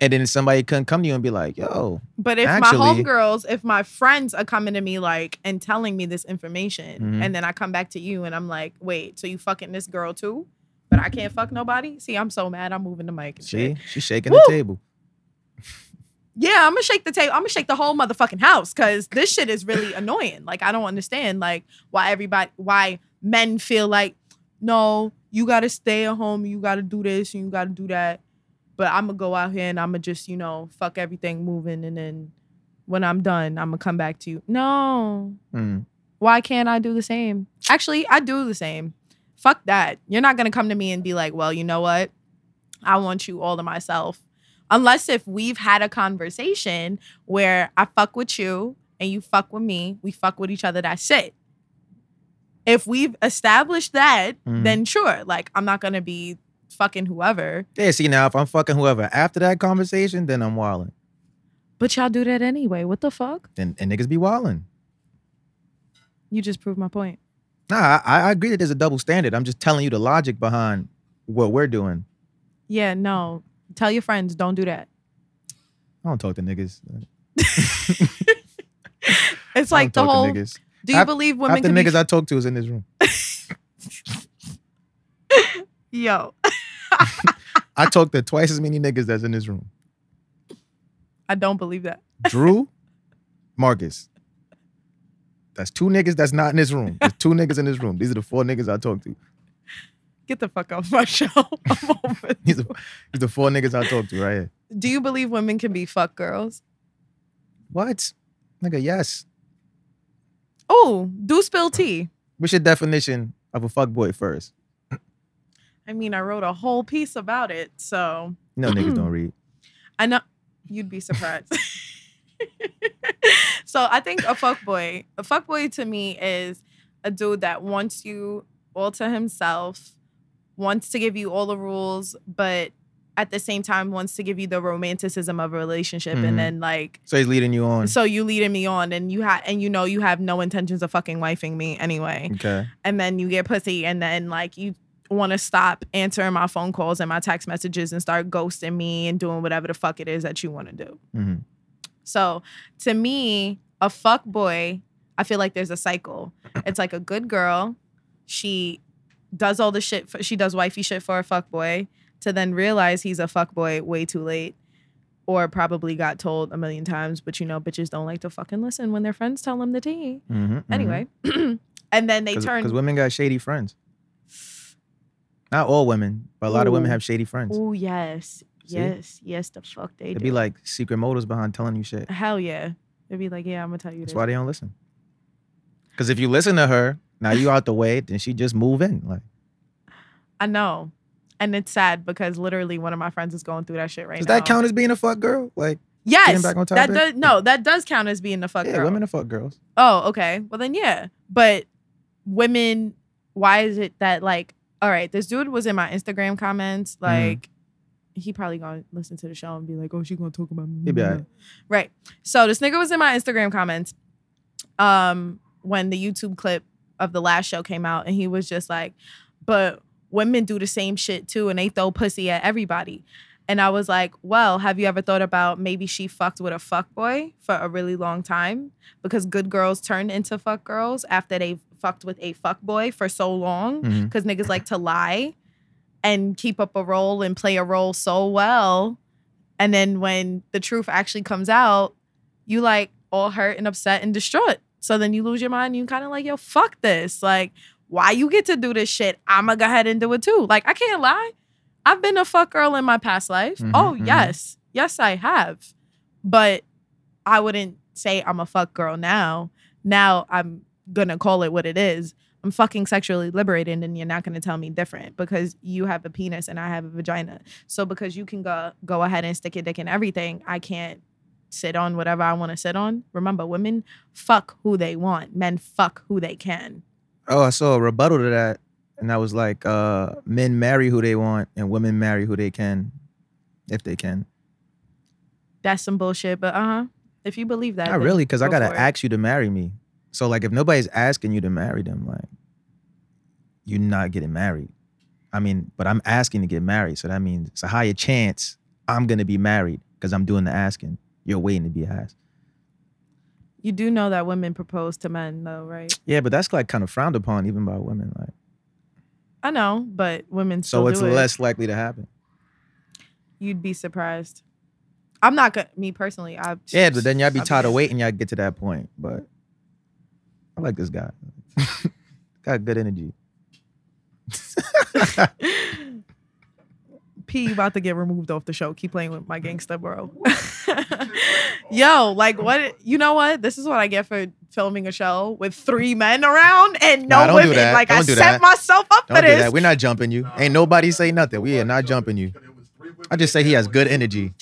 Speaker 2: and then somebody couldn't come to you and be like, "Yo,
Speaker 1: But if
Speaker 2: Actually-
Speaker 1: my homegirls, if my friends are coming to me like and telling me this information,
Speaker 2: Mhm.
Speaker 1: and then I come back to you and I'm like, wait, so you fucking this girl too? But I can't fuck nobody. See, I'm so mad. I'm moving the mic. And
Speaker 2: she
Speaker 1: shit.
Speaker 2: she's shaking
Speaker 1: Woo.
Speaker 2: the table."
Speaker 1: Yeah, I'm gonna shake the table. I'm gonna shake the whole motherfucking house because this shit is really annoying. Like I don't understand like why everybody, why men feel like, no, you gotta stay at home, you gotta do this and you gotta do that. But I'm gonna go out here and I'm gonna just you know fuck everything moving, and then when I'm done, I'm gonna come back to you. No,
Speaker 2: Mm.
Speaker 1: why can't I do the same? Actually, I do the same. Fuck that. You're not gonna come to me and be like, well, you know what? I want you all to myself. Unless if we've had a conversation where I fuck with you and you fuck with me, we fuck with each other, that's it. If we've established that,
Speaker 2: Mhm.
Speaker 1: then sure, like I'm not gonna be fucking whoever.
Speaker 2: Yeah, see now if I'm fucking whoever after that conversation, then I'm wilding.
Speaker 1: But y'all do that anyway. What the fuck?
Speaker 2: Then and niggas be wilding.
Speaker 1: You just proved my point.
Speaker 2: Nah, I, I agree that there's a double standard. I'm just telling you the logic behind what we're doing.
Speaker 1: Yeah, no. Tell your friends, don't do that.
Speaker 2: I don't talk to niggas.
Speaker 1: It's
Speaker 2: I
Speaker 1: like
Speaker 2: don't
Speaker 1: the
Speaker 2: talk
Speaker 1: whole.
Speaker 2: to niggas.
Speaker 1: Do you
Speaker 2: Half-
Speaker 1: believe women
Speaker 2: Half the
Speaker 1: can be
Speaker 2: niggas I talk to is in this room.
Speaker 1: Yo,
Speaker 2: I talk to twice as many niggas that's in this room.
Speaker 1: I don't believe that.
Speaker 2: Drew, Marcus. That's two niggas that's not in this room. There's two niggas in this room. These are the four niggas I talk to.
Speaker 1: Get the fuck off my [LAUGHS] show. I'm over
Speaker 2: These
Speaker 1: it.
Speaker 2: are, these the four niggas I talk to right here.
Speaker 1: Do you believe women can be fuck girls?
Speaker 2: What? Nigga, yes.
Speaker 1: Oh, do spill tea.
Speaker 2: What's your definition of a fuck boy first?
Speaker 1: I mean, I wrote a whole piece about it, so
Speaker 2: You know niggas don't read.
Speaker 1: I know you'd be surprised. [LAUGHS] so I think a fuckboy, a fuckboy to me is a dude that wants you all to himself, wants to give you all the rules, but at the same time wants to give you the romanticism of a relationship
Speaker 2: Mhm.
Speaker 1: and then like
Speaker 2: So he's leading you on.
Speaker 1: So you leading me on, and you had, and you know you have no intentions of fucking wifing me anyway.
Speaker 2: Okay.
Speaker 1: And then you get pussy, and then like you want to stop answering my phone calls and my text messages and start
Speaker 2: Mm-hmm.
Speaker 1: ghosting me and doing whatever the fuck it is that you want to do.
Speaker 2: Mhm.
Speaker 1: So to me, a fuck boy, I feel like there's a
Speaker 2: [CLEARS THROAT]
Speaker 1: cycle. It's like a good girl, she does all the shit. For, she does wifey shit for a fuck boy to then realize he's a fuck boy way too late, or probably got told a million times. But you know, bitches don't like to fucking listen when their friends tell them the tea.
Speaker 2: Mhm, mhm.
Speaker 1: Anyway, [CLEARS THROAT] and then they turn.
Speaker 2: because women got shady friends. Not all women, but a lot of women
Speaker 1: Ooh.
Speaker 2: have shady friends.
Speaker 1: Oh yes,
Speaker 2: See?
Speaker 1: yes, yes. The fuck they
Speaker 2: It'd
Speaker 1: do.
Speaker 2: be like secret motives behind telling you shit.
Speaker 1: hell yeah. They'd be like, yeah, I'm gonna tell you
Speaker 2: That's
Speaker 1: this.
Speaker 2: why they don't listen. Because if you listen to her, now you out the way, then she just move in. Like
Speaker 1: I know, and it's sad because literally one of my friends is going through that shit right
Speaker 2: does
Speaker 1: now.
Speaker 2: that count as being a fuck girl? Like
Speaker 1: Yes,
Speaker 2: back on
Speaker 1: that
Speaker 2: topic?
Speaker 1: does. No, that does count as being a fuck
Speaker 2: yeah,
Speaker 1: girl.
Speaker 2: women are fuck girls.
Speaker 1: Oh, okay. Well, then, yeah. But women, why is it that, like, all right, this dude was in my Instagram comments.
Speaker 2: Mm-hmm.
Speaker 1: Like, he probably gonna listen to the show and be like, oh, she gonna talk about me.
Speaker 2: He'd be all right.
Speaker 1: Right. So this nigga was in my Instagram comments um, when the YouTube clip of the last show came out, and he was just like, but women do the same shit too, and they throw pussy at everybody. And I was like, well, have you ever thought about maybe she fucked with a fuck boy for a really long time? Because good girls turn into fuck girls after they've fucked with a fuck boy for so long
Speaker 2: Mhm.
Speaker 1: because niggas like to lie and keep up a role and play a role so well. And then when the truth actually comes out, you like all hurt and upset and distraught. So then you lose your mind. And you kind of like, yo, fuck this. Like, why you get to do this shit? I'ma go ahead and do it too. Like, I can't lie. I've been a fuck girl in my past life.
Speaker 2: Mhm,
Speaker 1: oh
Speaker 2: mhm.
Speaker 1: yes, yes I have. But I wouldn't say I'm a fuck girl now. Now I'm gonna call it what it is. I'm fucking sexually liberated and you're not gonna tell me different because you have a penis and I have a vagina. So because you can go go ahead and stick your dick in everything, I can't sit on whatever I want to sit on. Remember, women fuck who they want. Men fuck who they can.
Speaker 2: Oh, I saw a rebuttal to that, and I was like, uh, men marry who they want, and women marry who they can, if they can.
Speaker 1: That's some bullshit, but uh-huh. If you believe that.
Speaker 2: Not
Speaker 1: then
Speaker 2: really, because I
Speaker 1: go
Speaker 2: gotta
Speaker 1: for it.
Speaker 2: ask you to marry me. So like, if nobody's asking you to marry them, like, you're not getting married. I mean, but I'm asking to get married, so that means it's a higher chance I'm gonna be married because I'm doing the asking. You're waiting to be asked.
Speaker 1: You do know that women propose to men though, right?
Speaker 2: Yeah, but that's like kind of frowned upon even by women. Like,
Speaker 1: I know, but women still
Speaker 2: so it's
Speaker 1: do it.
Speaker 2: less likely to happen.
Speaker 1: You'd be surprised. I'm not gonna me personally. I
Speaker 2: Yeah, but then y'all be
Speaker 1: I'll be
Speaker 2: tired of
Speaker 1: there.
Speaker 2: waiting. Y'all get to that point, but I like
Speaker 1: [LAUGHS]
Speaker 2: this guy. Got good energy.
Speaker 1: P, you about to get removed off the show. Keep playing with my gangsta, bro. [LAUGHS] Yo, like what? You know what? This is what I get for filming a show with three men around and
Speaker 2: Nah,
Speaker 1: no
Speaker 2: don't do
Speaker 1: women.
Speaker 2: that.
Speaker 1: Like I
Speaker 2: Don't do
Speaker 1: set
Speaker 2: that.
Speaker 1: myself up
Speaker 2: Don't
Speaker 1: for
Speaker 2: do
Speaker 1: this.
Speaker 2: that. We're not jumping you. Ain't nobody say nothing. We are not jumping you. I just say he has good energy.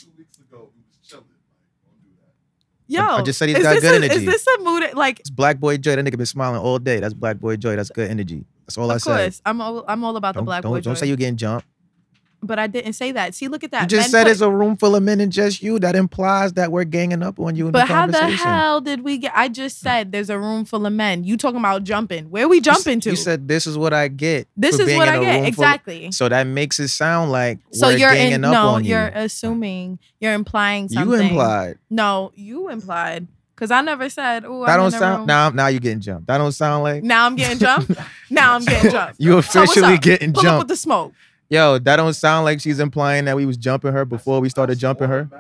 Speaker 1: Yo,
Speaker 2: I just said he's
Speaker 1: is
Speaker 2: got
Speaker 1: this
Speaker 2: good
Speaker 1: a,
Speaker 2: energy.
Speaker 1: Is this a mood? Like,
Speaker 2: It's Black Boy Joy. That nigga been smiling all day. That's Black Boy Joy. That's good energy. That's all I
Speaker 1: of
Speaker 2: said.
Speaker 1: course, I'm all, I'm all about
Speaker 2: Don't,
Speaker 1: the black
Speaker 2: don't,
Speaker 1: boy.
Speaker 2: don't
Speaker 1: joy.
Speaker 2: say you getting jumped.
Speaker 1: but I didn't say that. See, look at that.
Speaker 2: You just
Speaker 1: Men
Speaker 2: said
Speaker 1: put-
Speaker 2: it's a room full of men and just you. That implies that we're ganging up on you in
Speaker 1: But
Speaker 2: the
Speaker 1: how the
Speaker 2: conversation.
Speaker 1: hell did we get? I just said there's a room full of men. You talking about jumping? Where we jumping to?
Speaker 2: You said this is what I get.
Speaker 1: this
Speaker 2: for
Speaker 1: is
Speaker 2: being
Speaker 1: what
Speaker 2: in
Speaker 1: I
Speaker 2: a room
Speaker 1: get
Speaker 2: full-
Speaker 1: exactly.
Speaker 2: So that makes it sound like
Speaker 1: So
Speaker 2: we're
Speaker 1: you're
Speaker 2: ganging
Speaker 1: in,
Speaker 2: up
Speaker 1: no,
Speaker 2: on you.
Speaker 1: you're assuming, you're implying
Speaker 2: you
Speaker 1: something.
Speaker 2: implied.
Speaker 1: No, you implied. Cause I never said. Oh,
Speaker 2: That
Speaker 1: I'm
Speaker 2: don't
Speaker 1: in the
Speaker 2: sound.
Speaker 1: room.
Speaker 2: Now, now you're getting jumped. That don't sound like
Speaker 1: Now I'm getting
Speaker 2: [LAUGHS]
Speaker 1: jumped. now I'm getting jumped.
Speaker 2: you
Speaker 1: So what's
Speaker 2: officially
Speaker 1: up?
Speaker 2: getting
Speaker 1: Pull up with
Speaker 2: jumped.
Speaker 1: the smoke.
Speaker 2: Yo, that don't sound like she's implying that we was jumping her before we started jumping her.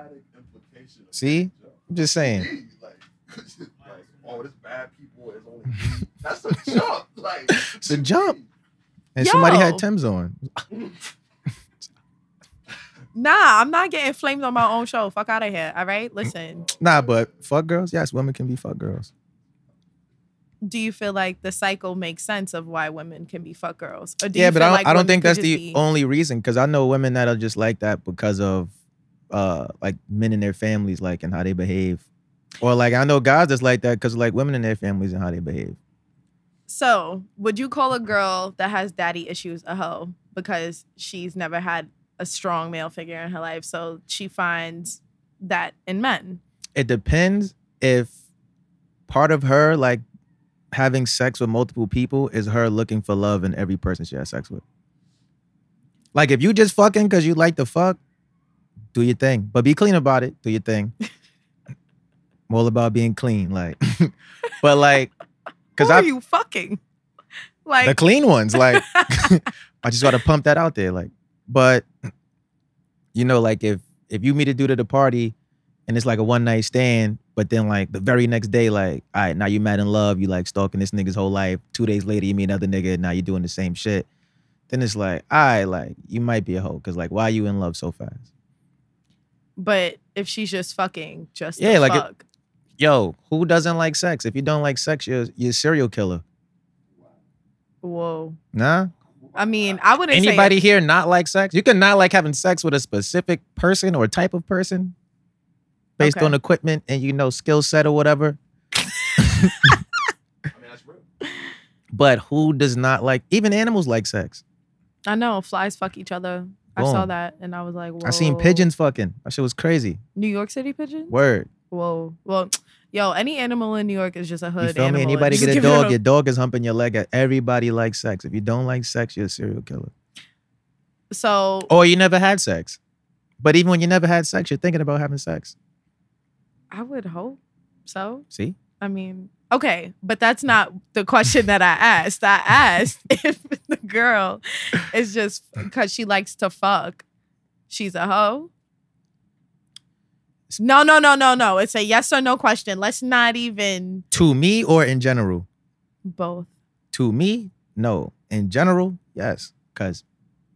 Speaker 2: See? I'm just saying.
Speaker 3: Like, like, oh, this bad people is only. That's a jump. Like,
Speaker 2: It's a jump. And somebody had
Speaker 1: Yo.
Speaker 2: Tim's on.
Speaker 1: Nah, I'm not getting flamed on my own show. Fuck out of here. All right. Listen.
Speaker 2: Nah, but fuck girls. Yes, women can be fuck girls.
Speaker 1: do you feel like the cycle makes sense of why women can be fuck girls? Or do
Speaker 2: yeah,
Speaker 1: you
Speaker 2: but
Speaker 1: feel
Speaker 2: I don't,
Speaker 1: like
Speaker 2: I don't
Speaker 1: women
Speaker 2: think
Speaker 1: could
Speaker 2: that's
Speaker 1: just
Speaker 2: the
Speaker 1: be-
Speaker 2: only reason because I know women that are just like that because of uh like men and their families like and how they behave. Or like I know guys that's like that because like women and their families and how they behave.
Speaker 1: So, would you call a girl that has daddy issues a hoe because she's never had a strong male figure in her life, so she finds that in men?
Speaker 2: It depends if part of her like having sex with multiple people is her looking for love in every person she has sex with. Like if you just fucking because you like to fuck, do your thing, but be clean about it. Do your thing. I'm all about being clean. Like, [LAUGHS] but like, because
Speaker 1: Who
Speaker 2: I
Speaker 1: are you fucking? [LAUGHS] Like
Speaker 2: the clean ones. Like, [LAUGHS] I just got to pump that out there. Like, but you know, like if if you meet a dude at a party and it's like a one night stand, but then like the very next day, like, all right, now you mad in love, you like stalking this nigga's whole life. Two days later, you meet another nigga, and now you're doing the same shit. Then it's like, all right, like you might be a hoe, cause like why are you in love so fast?
Speaker 1: but if she's just fucking, just
Speaker 2: Yeah,
Speaker 1: the
Speaker 2: like it-
Speaker 1: fuck.
Speaker 2: Yo, who doesn't like sex? If you don't like sex, you're you're a serial killer.
Speaker 1: Whoa.
Speaker 2: Nah.
Speaker 1: I mean, I wouldn't say
Speaker 2: Anybody here not like sex? You can not like having sex with a specific person or type of person based
Speaker 1: Okay.
Speaker 2: on equipment and you know skill set or whatever.
Speaker 3: I mean, that's real.
Speaker 2: But who does not like even animals like sex?
Speaker 1: I know flies fuck each other. I saw
Speaker 2: Boom.
Speaker 1: that and I was like, whoa.
Speaker 2: I seen pigeons fucking. That shit was crazy.
Speaker 1: New York City pigeons?
Speaker 2: Word.
Speaker 1: Whoa. Well, yo, any animal in New York is just a hood
Speaker 2: you feel
Speaker 1: animal.
Speaker 2: me? Anybody
Speaker 1: Just [LAUGHS]
Speaker 2: get a
Speaker 1: give it
Speaker 2: dog, your dog is humping your leg at everybody likes sex. If you don't like sex, you're a serial killer.
Speaker 1: So
Speaker 2: Or you never had sex. But even when you never had sex, you're thinking about having sex.
Speaker 1: I would hope so.
Speaker 2: See?
Speaker 1: I mean, okay, but that's not the question that I asked. I asked [LAUGHS] if the girl is just because she likes to fuck, she's a hoe. No, no, no, no, no. It's a yes or no question. Let's not even
Speaker 2: To me or in general?
Speaker 1: both.
Speaker 2: To me, no. In general, yes, because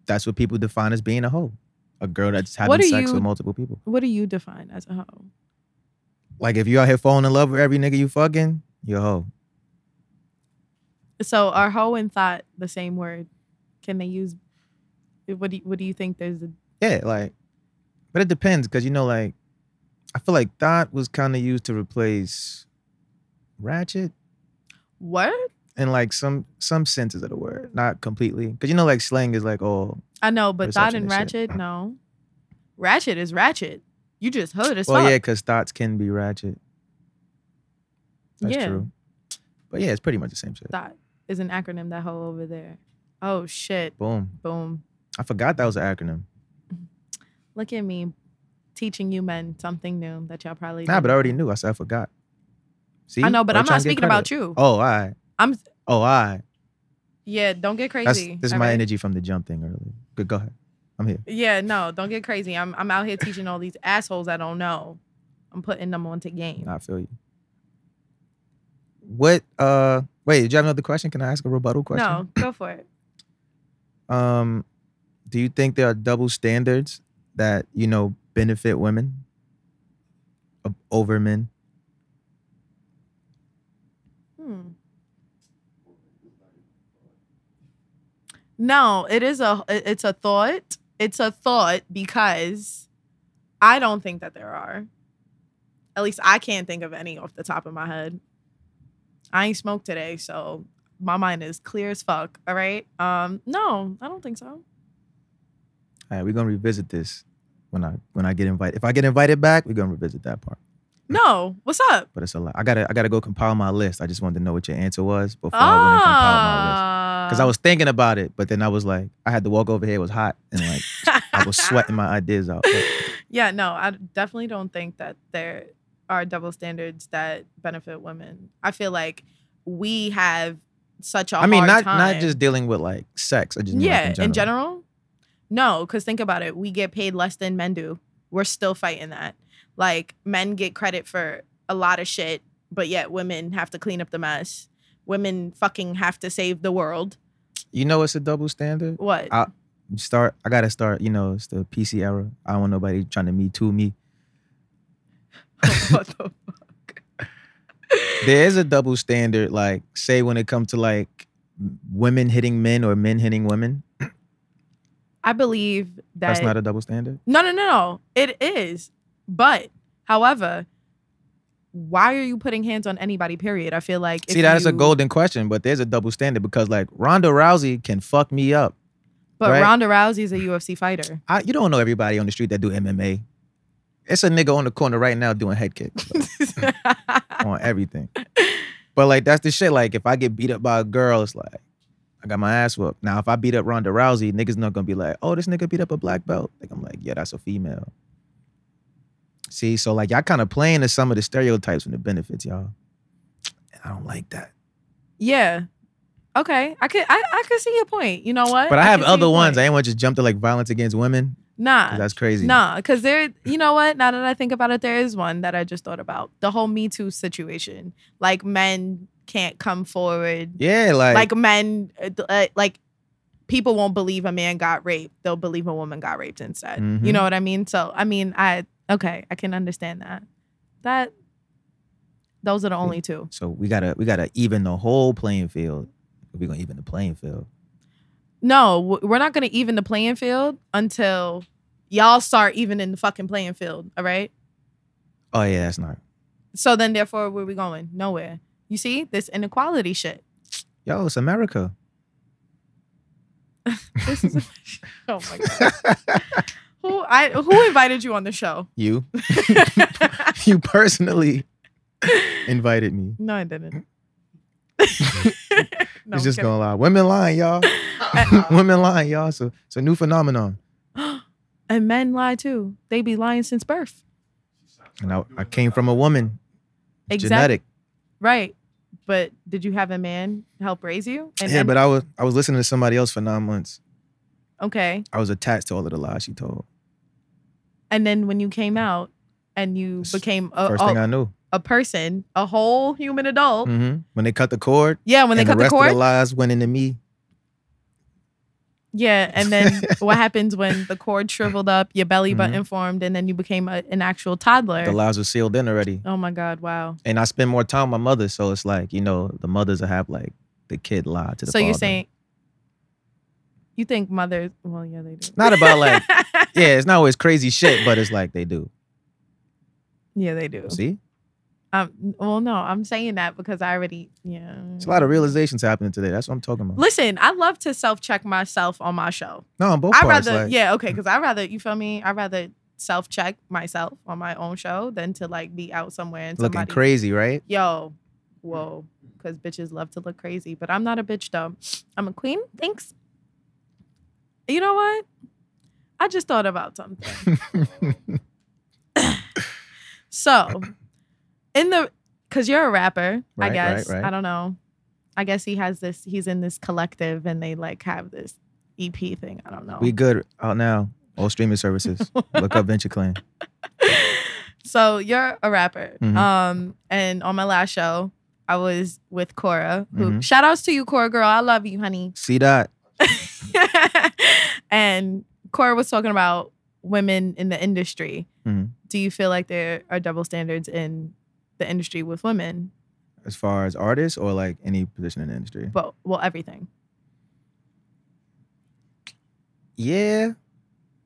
Speaker 2: that's what people define as being a hoe. A girl that's having
Speaker 1: What are
Speaker 2: sex
Speaker 1: you-
Speaker 2: with multiple people.
Speaker 1: What do you define as a hoe?
Speaker 2: Like if you out here falling in love with every nigga you fucking, you're a hoe.
Speaker 1: So are hoe and thought the same word? Can they use? What do you, what do you think? There's a
Speaker 2: Yeah, like, but it depends because you know, like, I feel like thought was kind of used to replace ratchet
Speaker 1: what?
Speaker 2: in like some some senses of the word, not completely. Because you know, like slang is like all
Speaker 1: I know, but thought
Speaker 2: Perception
Speaker 1: and
Speaker 2: and shit.
Speaker 1: ratchet, no. Ratchet is ratchet. You just hood as
Speaker 2: Oh
Speaker 1: fuck.
Speaker 2: yeah, because thoughts can be ratchet. That's
Speaker 1: Yeah.
Speaker 2: true. But yeah, it's pretty much the same shit.
Speaker 1: Thought is an acronym that hoe over there. Oh shit.
Speaker 2: Boom.
Speaker 1: Boom.
Speaker 2: I forgot that was an acronym.
Speaker 1: Look at me teaching you men something new that y'all probably
Speaker 2: Nah, but
Speaker 1: didn't
Speaker 2: I already knew. I said I forgot. See,
Speaker 1: I know, but
Speaker 2: Why
Speaker 1: I'm
Speaker 2: trying
Speaker 1: not
Speaker 2: to get
Speaker 1: speaking about
Speaker 2: credit?
Speaker 1: you.
Speaker 2: Oh, I.
Speaker 1: I'm
Speaker 2: Oh, I.
Speaker 1: yeah, don't get
Speaker 2: That's
Speaker 1: crazy.
Speaker 2: this is
Speaker 1: all
Speaker 2: my
Speaker 1: right?
Speaker 2: energy from the jump thing earlier. Good, go ahead. I'm here.
Speaker 1: Yeah, no, don't get crazy. I'm I'm out here teaching all these assholes I don't know. I'm putting them onto game.
Speaker 2: I feel you. What? Uh, wait. Did you have another question? Can I ask a rebuttal question?
Speaker 1: No, go for it.
Speaker 2: No. Um, do you think there are double standards that you know benefit women o- over men?
Speaker 1: Hmm. No, it is a it- it's a thought. It's a thought because I don't think that there are. At least I can't think of any off the top of my head. I ain't smoked today, so my mind is clear as fuck. All right. Um, no, I don't think so.
Speaker 2: All right, we're gonna revisit this when I when I get invited. If I get invited back, we're gonna revisit that part.
Speaker 1: No, what's up?
Speaker 2: But it's a lot. I gotta I gotta go compile my list. I just wanted to know what your answer was before I went and compiled
Speaker 1: Ah.
Speaker 2: my list. Cause I was thinking about it, but then I was like, I had to walk over here. It was hot, and like I
Speaker 1: [LAUGHS]
Speaker 2: was sweating my ideas out. But
Speaker 1: yeah, no, I definitely don't think that there are double standards that benefit women. I feel like we have such a
Speaker 2: I mean,
Speaker 1: hard
Speaker 2: not
Speaker 1: time.
Speaker 2: not just dealing with like sex. I just mean, like,
Speaker 1: yeah
Speaker 2: in
Speaker 1: in general. No, because think about it, we get paid less than men do. We're still fighting that. Like men get credit for a lot of shit, but yet women have to clean up the mess. Women fucking have to save the world.
Speaker 2: You know, it's a double standard.
Speaker 1: What?
Speaker 2: I- Start. I gotta start. You know, it's the PC era. I don't want nobody trying to me too me.
Speaker 1: [LAUGHS] what
Speaker 2: [LAUGHS]
Speaker 1: the fuck?
Speaker 2: There is a double standard. Like, say when it comes to like m- women hitting men or men hitting women.
Speaker 1: I believe that
Speaker 2: That's not a double standard.
Speaker 1: No, no, no, no. It is. But, however, why are you putting hands on anybody, period? I feel like. if
Speaker 2: See, that is a
Speaker 1: you-
Speaker 2: golden question, but there's a double standard because like Ronda Rousey can fuck me up.
Speaker 1: But
Speaker 2: right?
Speaker 1: Ronda Rousey's a UFC fighter. [LAUGHS]
Speaker 2: I, you don't know everybody on the street that do MMA. It's a nigga on the corner right now doing
Speaker 1: [LAUGHS]
Speaker 2: head kicks on everything. But like that's the shit. Like if I get beat up by a girl, it's like I got my ass whooped. Now if I beat up Ronda Rousey, niggas not gonna be like, oh, this nigga beat up a black belt. Like I'm like, yeah, that's a female. See, so like y'all kind of playing to some of the stereotypes and the benefits, y'all. And I don't like that.
Speaker 1: Yeah. Okay. I could I, I could see your point. You know what?
Speaker 2: But I have
Speaker 1: could see
Speaker 2: other
Speaker 1: your
Speaker 2: ones. I
Speaker 1: point.
Speaker 2: ain't want to just jump to like violence against women. 'cause
Speaker 1: Nah.
Speaker 2: That's crazy.
Speaker 1: Nah, because there, you know what? Now that I think about it, there is one that I just thought about the whole Me Too situation. Like men can't come forward.
Speaker 2: Yeah, like,
Speaker 1: Like men, uh, th- uh, like people won't believe a man got raped. They'll believe a woman got raped instead. You
Speaker 2: Mhm.
Speaker 1: know what I mean? So I mean, I okay, I can understand that. That those are the only two.
Speaker 2: so we gotta we gotta even the whole playing field. We're gonna even the playing field.
Speaker 1: No, w- we're not gonna even the playing field until y'all start even in the fucking playing field. All right.
Speaker 2: Oh yeah, that's not
Speaker 1: So then, therefore, where we going? Nowhere. You see this inequality shit.
Speaker 2: yo, it's America.
Speaker 1: This is. [LAUGHS] oh my god. Who I who invited you on the show? [LAUGHS]
Speaker 2: You you personally invited me.
Speaker 1: no, I
Speaker 2: [LAUGHS]
Speaker 1: didn't. [LAUGHS] no,
Speaker 2: it's just gonna lie. Women lying, y'all. [LAUGHS] Women lying, y'all. So it's a new phenomenon.
Speaker 1: going. [GASPS] and men lie too. They be lying since birth.
Speaker 2: And I, I came from a woman.
Speaker 1: Exact-
Speaker 2: Genetic.
Speaker 1: Right. But did you have a man help raise you? And,
Speaker 2: yeah,
Speaker 1: and-
Speaker 2: but I was I was listening to somebody else for nine months.
Speaker 1: okay.
Speaker 2: I was attached to all of the lies she told.
Speaker 1: And then when you came out and you
Speaker 2: That's
Speaker 1: became a,
Speaker 2: First thing
Speaker 1: a,
Speaker 2: I knew.
Speaker 1: a person, a whole human adult.
Speaker 2: hmm When they cut the cord,
Speaker 1: Yeah, Oh. when they
Speaker 2: and
Speaker 1: cut
Speaker 2: the
Speaker 1: the
Speaker 2: rest
Speaker 1: cord.
Speaker 2: of the lies went into me.
Speaker 1: yeah, and
Speaker 2: [LAUGHS]
Speaker 1: then what happens when the cord shriveled up, your belly
Speaker 2: Mhm.
Speaker 1: button formed, and then you became a, an actual toddler?
Speaker 2: The lies were sealed in already.
Speaker 1: oh my God! Wow.
Speaker 2: And I spend more time with my mother, so it's like you know the mothers that have like the kid lie to the.
Speaker 1: So you're
Speaker 2: father.
Speaker 1: saying you think mothers? Well, yeah, they do.
Speaker 2: not about like yeah, it's not always crazy shit, but it's like they do.
Speaker 1: [LAUGHS] yeah, they do.
Speaker 2: See,
Speaker 1: Um, well, no, I'm saying that because I already yeah.
Speaker 2: it's a lot of realizations happening today. That's what I'm talking about.
Speaker 1: Listen, I love to self check myself on my show.
Speaker 2: no, on both
Speaker 1: I
Speaker 2: parts.
Speaker 1: rather,
Speaker 2: like,
Speaker 1: yeah, okay, because I rather, you feel me? I rather self check myself on my own show than to like be out somewhere and
Speaker 2: looking
Speaker 1: somebody,
Speaker 2: crazy, right?
Speaker 1: yo, whoa, because bitches love to look crazy. But I'm not a bitch though. I'm a queen. Thanks. You know what? I just thought about something.
Speaker 2: [LAUGHS]
Speaker 1: So, in the because you're a rapper, I
Speaker 2: Right,
Speaker 1: guess.
Speaker 2: right, right.
Speaker 1: I don't know. I guess he has this. He's in this collective, and they like have this EP thing. I don't know.
Speaker 2: we good out now. All
Speaker 1: [LAUGHS]
Speaker 2: streaming services. Look up Venture Clan.
Speaker 1: so you're a rapper.
Speaker 2: Mhm.
Speaker 1: Um, and on my last show, I was with Cora. Who
Speaker 2: Mhm.
Speaker 1: shout outs to you, Cora girl. I love you, honey. [LAUGHS]
Speaker 2: See that?
Speaker 1: and Cora was talking about women in the industry.
Speaker 2: Mhm.
Speaker 1: Do you feel like there are double standards in the industry with women?
Speaker 2: As far as artists or like any position in the industry.
Speaker 1: But well, everything.
Speaker 2: yeah,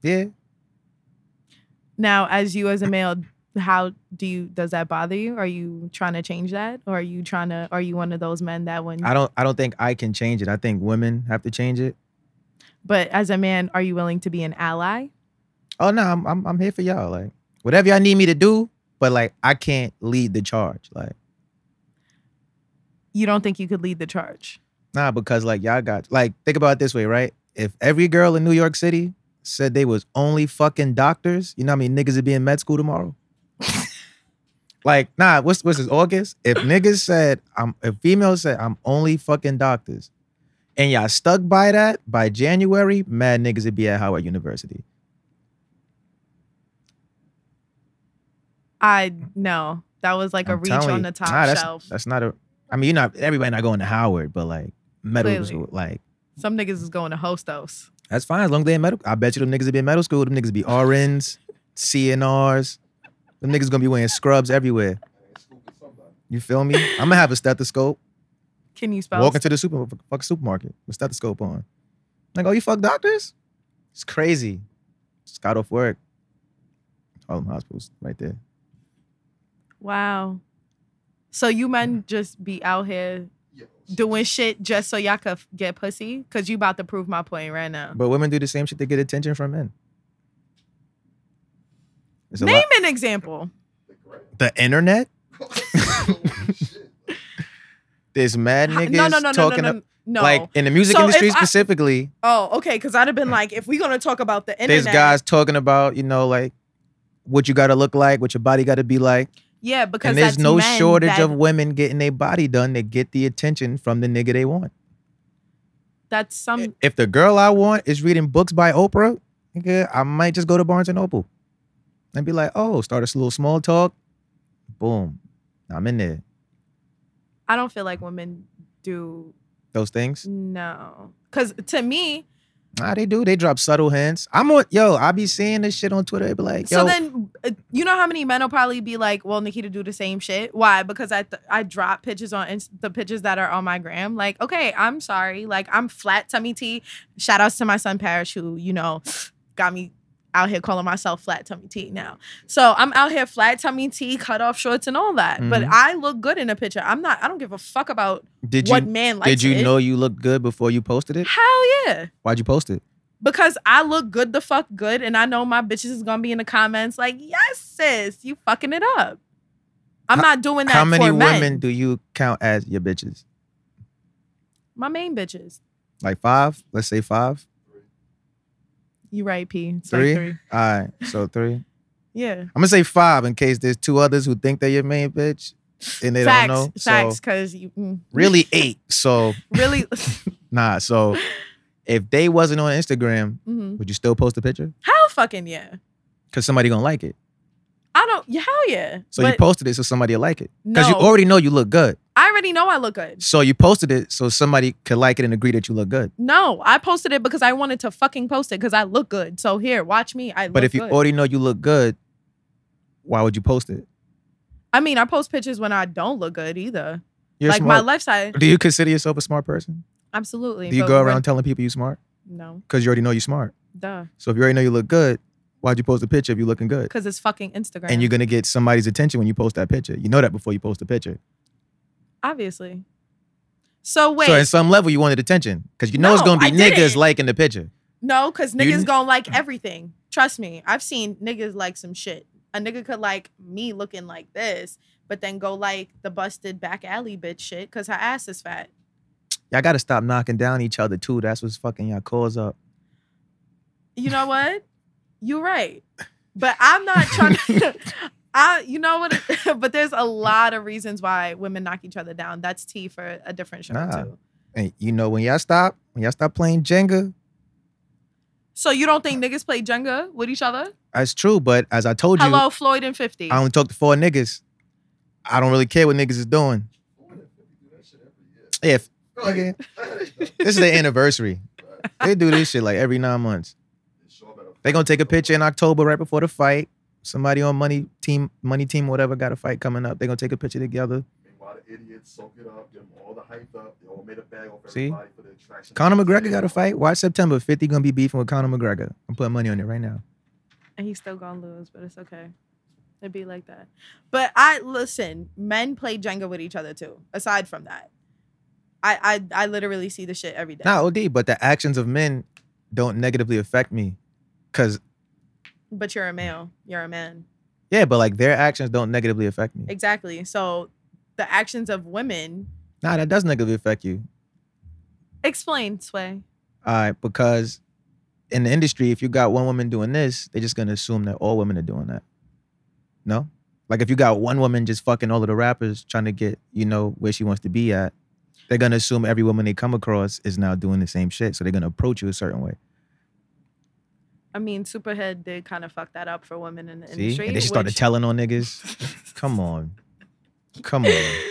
Speaker 2: yeah.
Speaker 1: Now, as you as a male, how do you does that bother you? Are you trying to change that? Or are you trying to are you one of those men that when
Speaker 2: I don't. I don't think I can change it. I think women have to change it.
Speaker 1: but as a man, are you willing to be an ally?
Speaker 2: Oh no, I'm, I'm I'm here for y'all. Like whatever y'all need me to do, but like I can't lead the charge. Like
Speaker 1: You don't think you could lead the charge.
Speaker 2: nah, because like y'all got like think about it this way, right? If every girl in New York City said they was only fucking doctors, you know how many niggas would be in med school tomorrow? like nah, what's what's this August? If niggas said I'm, if females said I'm only fucking doctors, and y'all stuck by that by January, mad niggas would be at Howard University.
Speaker 1: I no. That was like a
Speaker 2: I'm
Speaker 1: reach
Speaker 2: telling
Speaker 1: on
Speaker 2: you.
Speaker 1: the top
Speaker 2: Nah, that's,
Speaker 1: shelf.
Speaker 2: That's not a. I mean, you're not. Everybody not going to Howard, but like medical
Speaker 1: Clearly.
Speaker 2: school, like
Speaker 1: Some niggas is going to host those.
Speaker 2: that's fine as long as they in medical. I bet you them niggas will be in medical school. Them niggas be RNs, CNRs. Them niggas gonna be wearing scrubs everywhere. You feel me? I'm gonna have a stethoscope.
Speaker 1: Can you spell
Speaker 2: Walk into the super fuck supermarket with stethoscope on. Like, oh, you fuck doctors? It's crazy. Just got off work. Harlem Hospitals right there.
Speaker 1: Wow. So you men just be out here doing shit just so y'all could f- get pussy? Cause you about to prove my point right now.
Speaker 2: But women do the same shit to get attention from men. It's a
Speaker 1: Name
Speaker 2: lot-
Speaker 1: an example.
Speaker 2: the internet. There's mad
Speaker 1: How-
Speaker 2: niggas
Speaker 1: no, no, no,
Speaker 2: talking
Speaker 1: no,
Speaker 2: up-
Speaker 1: no, no.
Speaker 2: like in the music
Speaker 1: So
Speaker 2: industry
Speaker 1: if I-
Speaker 2: specifically.
Speaker 1: oh, okay. Because I'd have been like, if we're gonna talk about the internet,
Speaker 2: There's guys talking about you know like what you gotta look like, what your body gotta be like.
Speaker 1: Yeah, because
Speaker 2: And there's
Speaker 1: that's
Speaker 2: no
Speaker 1: men
Speaker 2: shortage
Speaker 1: that-
Speaker 2: of women getting their body done that get the attention from the nigga they want.
Speaker 1: that's some
Speaker 2: if the girl I want is reading books by Oprah, nigga, I might just go to Barnes and Noble and be like, oh, start a little small talk. Boom. I'm in there.
Speaker 1: I don't feel like women do
Speaker 2: Those things.
Speaker 1: no. Cause to me,
Speaker 2: Nah, they do. They drop subtle hints. I'm on yo, I be seeing this shit on Twitter. They be like, yo,
Speaker 1: so then uh, you know how many men will probably be like, "Well, Nikita, do the same shit." Why? Because I th- I drop pictures on Inst- the pictures that are on my gram. Like, okay, I'm sorry. Like, I'm flat tummy tea. Shout outs to my son Parrish, who you know [SNIFFS] got me out here calling myself flat tummy tea now. So I'm out here flat tummy tea, cut off shorts and all that. But
Speaker 2: Mhm.
Speaker 1: I look good in a picture. I'm not. I don't give a fuck about
Speaker 2: did
Speaker 1: what
Speaker 2: you
Speaker 1: man likes.
Speaker 2: did you
Speaker 1: it.
Speaker 2: know you looked good before you posted it?
Speaker 1: Hell yeah
Speaker 2: Why'd you post it?
Speaker 1: because I look good the fuck good, and I know my bitches is gonna be in the comments like, "Yes, sis, you fucking it up." I'm not doing that.
Speaker 2: How many
Speaker 1: for men.
Speaker 2: women do you count as your bitches?
Speaker 1: My main bitches.
Speaker 2: Like five? Let's say five.
Speaker 1: You right, P. It's
Speaker 2: Three?
Speaker 1: Like three.
Speaker 2: All right. So three.
Speaker 1: Yeah.
Speaker 2: I'm gonna say five in case there's two others who think they're your main bitch and they
Speaker 1: facts.
Speaker 2: don't know.
Speaker 1: Facts.
Speaker 2: So
Speaker 1: Because you mm. [LAUGHS]
Speaker 2: really eight. So
Speaker 1: really. [LAUGHS]
Speaker 2: nah. So if they wasn't on Instagram,
Speaker 1: Mhm.
Speaker 2: would you still post a picture?
Speaker 1: Hell fucking yeah.
Speaker 2: Because somebody gonna like it.
Speaker 1: I don't. yeah, Hell yeah.
Speaker 2: So
Speaker 1: but
Speaker 2: you posted it so somebody'll like it. Because
Speaker 1: No.
Speaker 2: you already know you look good.
Speaker 1: I already know I look good.
Speaker 2: So you posted it so somebody could like it and agree that you look good.
Speaker 1: No, I posted it because I wanted to fucking post it because I look good. So here, watch me. I.
Speaker 2: But
Speaker 1: look
Speaker 2: if you
Speaker 1: good.
Speaker 2: already know you look good, why would you post it?
Speaker 1: I mean, I post pictures when I don't look good either.
Speaker 2: You're
Speaker 1: like my
Speaker 2: smart.
Speaker 1: lifestyle,
Speaker 2: Do you consider yourself a smart person?
Speaker 1: absolutely.
Speaker 2: Do you
Speaker 1: but
Speaker 2: go
Speaker 1: when-
Speaker 2: around telling people you smart?
Speaker 1: No,
Speaker 2: Because you already know you smart.
Speaker 1: duh.
Speaker 2: So if you already know you look good, why'd you post a picture if you looking good?
Speaker 1: Because it's fucking Instagram.
Speaker 2: and you're gonna get somebody's attention when you post that picture. You know that before you post the picture.
Speaker 1: obviously. So wait,
Speaker 2: So at some level, you wanted attention because you know it's
Speaker 1: No,
Speaker 2: gonna be
Speaker 1: I
Speaker 2: niggas
Speaker 1: didn't.
Speaker 2: liking the picture.
Speaker 1: no, because
Speaker 2: you
Speaker 1: niggas
Speaker 2: n-
Speaker 1: gonna like everything. Trust me, I've seen niggas like some shit. A nigga could like me looking like this, but then go like the busted back alley bitch shit because her ass is fat.
Speaker 2: Y'all gotta stop knocking down each other too. That's what's fucking y'all calls up.
Speaker 1: You know what?
Speaker 2: [LAUGHS]
Speaker 1: You're right, but I'm not trying to.
Speaker 2: [LAUGHS]
Speaker 1: I, you know what? [LAUGHS] but there's a lot of reasons why women knock each other down. That's tea for a different show
Speaker 2: Nah.
Speaker 1: too.
Speaker 2: And you know when y'all stop, when y'all stop playing Jenga,
Speaker 1: So you don't think niggas play Jenga with each other?
Speaker 2: that's true. But as I told you,
Speaker 1: Hello, Floyd and Fifty.
Speaker 2: I only talk to four niggas. I don't really care what niggas is doing. If
Speaker 3: Like,
Speaker 2: this is their anniversary, they do this shit like every nine months. They gonna take a picture in October right before the fight. Somebody on money team, money team, whatever, got a fight coming up. They gonna take a picture together.
Speaker 3: Meanwhile, the idiots soak it up, get them all the hype up. They all made a bag off
Speaker 2: See?
Speaker 3: everybody for the attraction.
Speaker 2: Conor McGregor got a fight. Watch September. 50 gonna be beefing with Conor McGregor. I'm putting money on it right now.
Speaker 1: and he's still gonna lose, but it's okay. It'd be like that. But I listen, men play Jenga with each other too. Aside from that, I I, I literally see the shit every day.
Speaker 2: Not OD, but the actions of men don't negatively affect me. Cause
Speaker 1: But you're a male. You're a man.
Speaker 2: yeah, but like their actions don't negatively affect me.
Speaker 1: Exactly. So the actions of women.
Speaker 2: Nah, that does negatively affect you.
Speaker 1: Explain, Sway.
Speaker 2: All right, because in the industry, if you got one woman doing this, they're just gonna assume that all women are doing that. No? Like if you got one woman just fucking all of the rappers trying to get, you know, where she wants to be at, they're gonna assume every woman they come across is now doing the same shit. So they're gonna approach you a certain way.
Speaker 1: I mean, Superhead did kind of fuck that up for women in the
Speaker 2: See?
Speaker 1: industry.
Speaker 2: And they just started
Speaker 1: which- [LAUGHS]
Speaker 2: telling on niggas. Come on. Come on.
Speaker 1: [LAUGHS]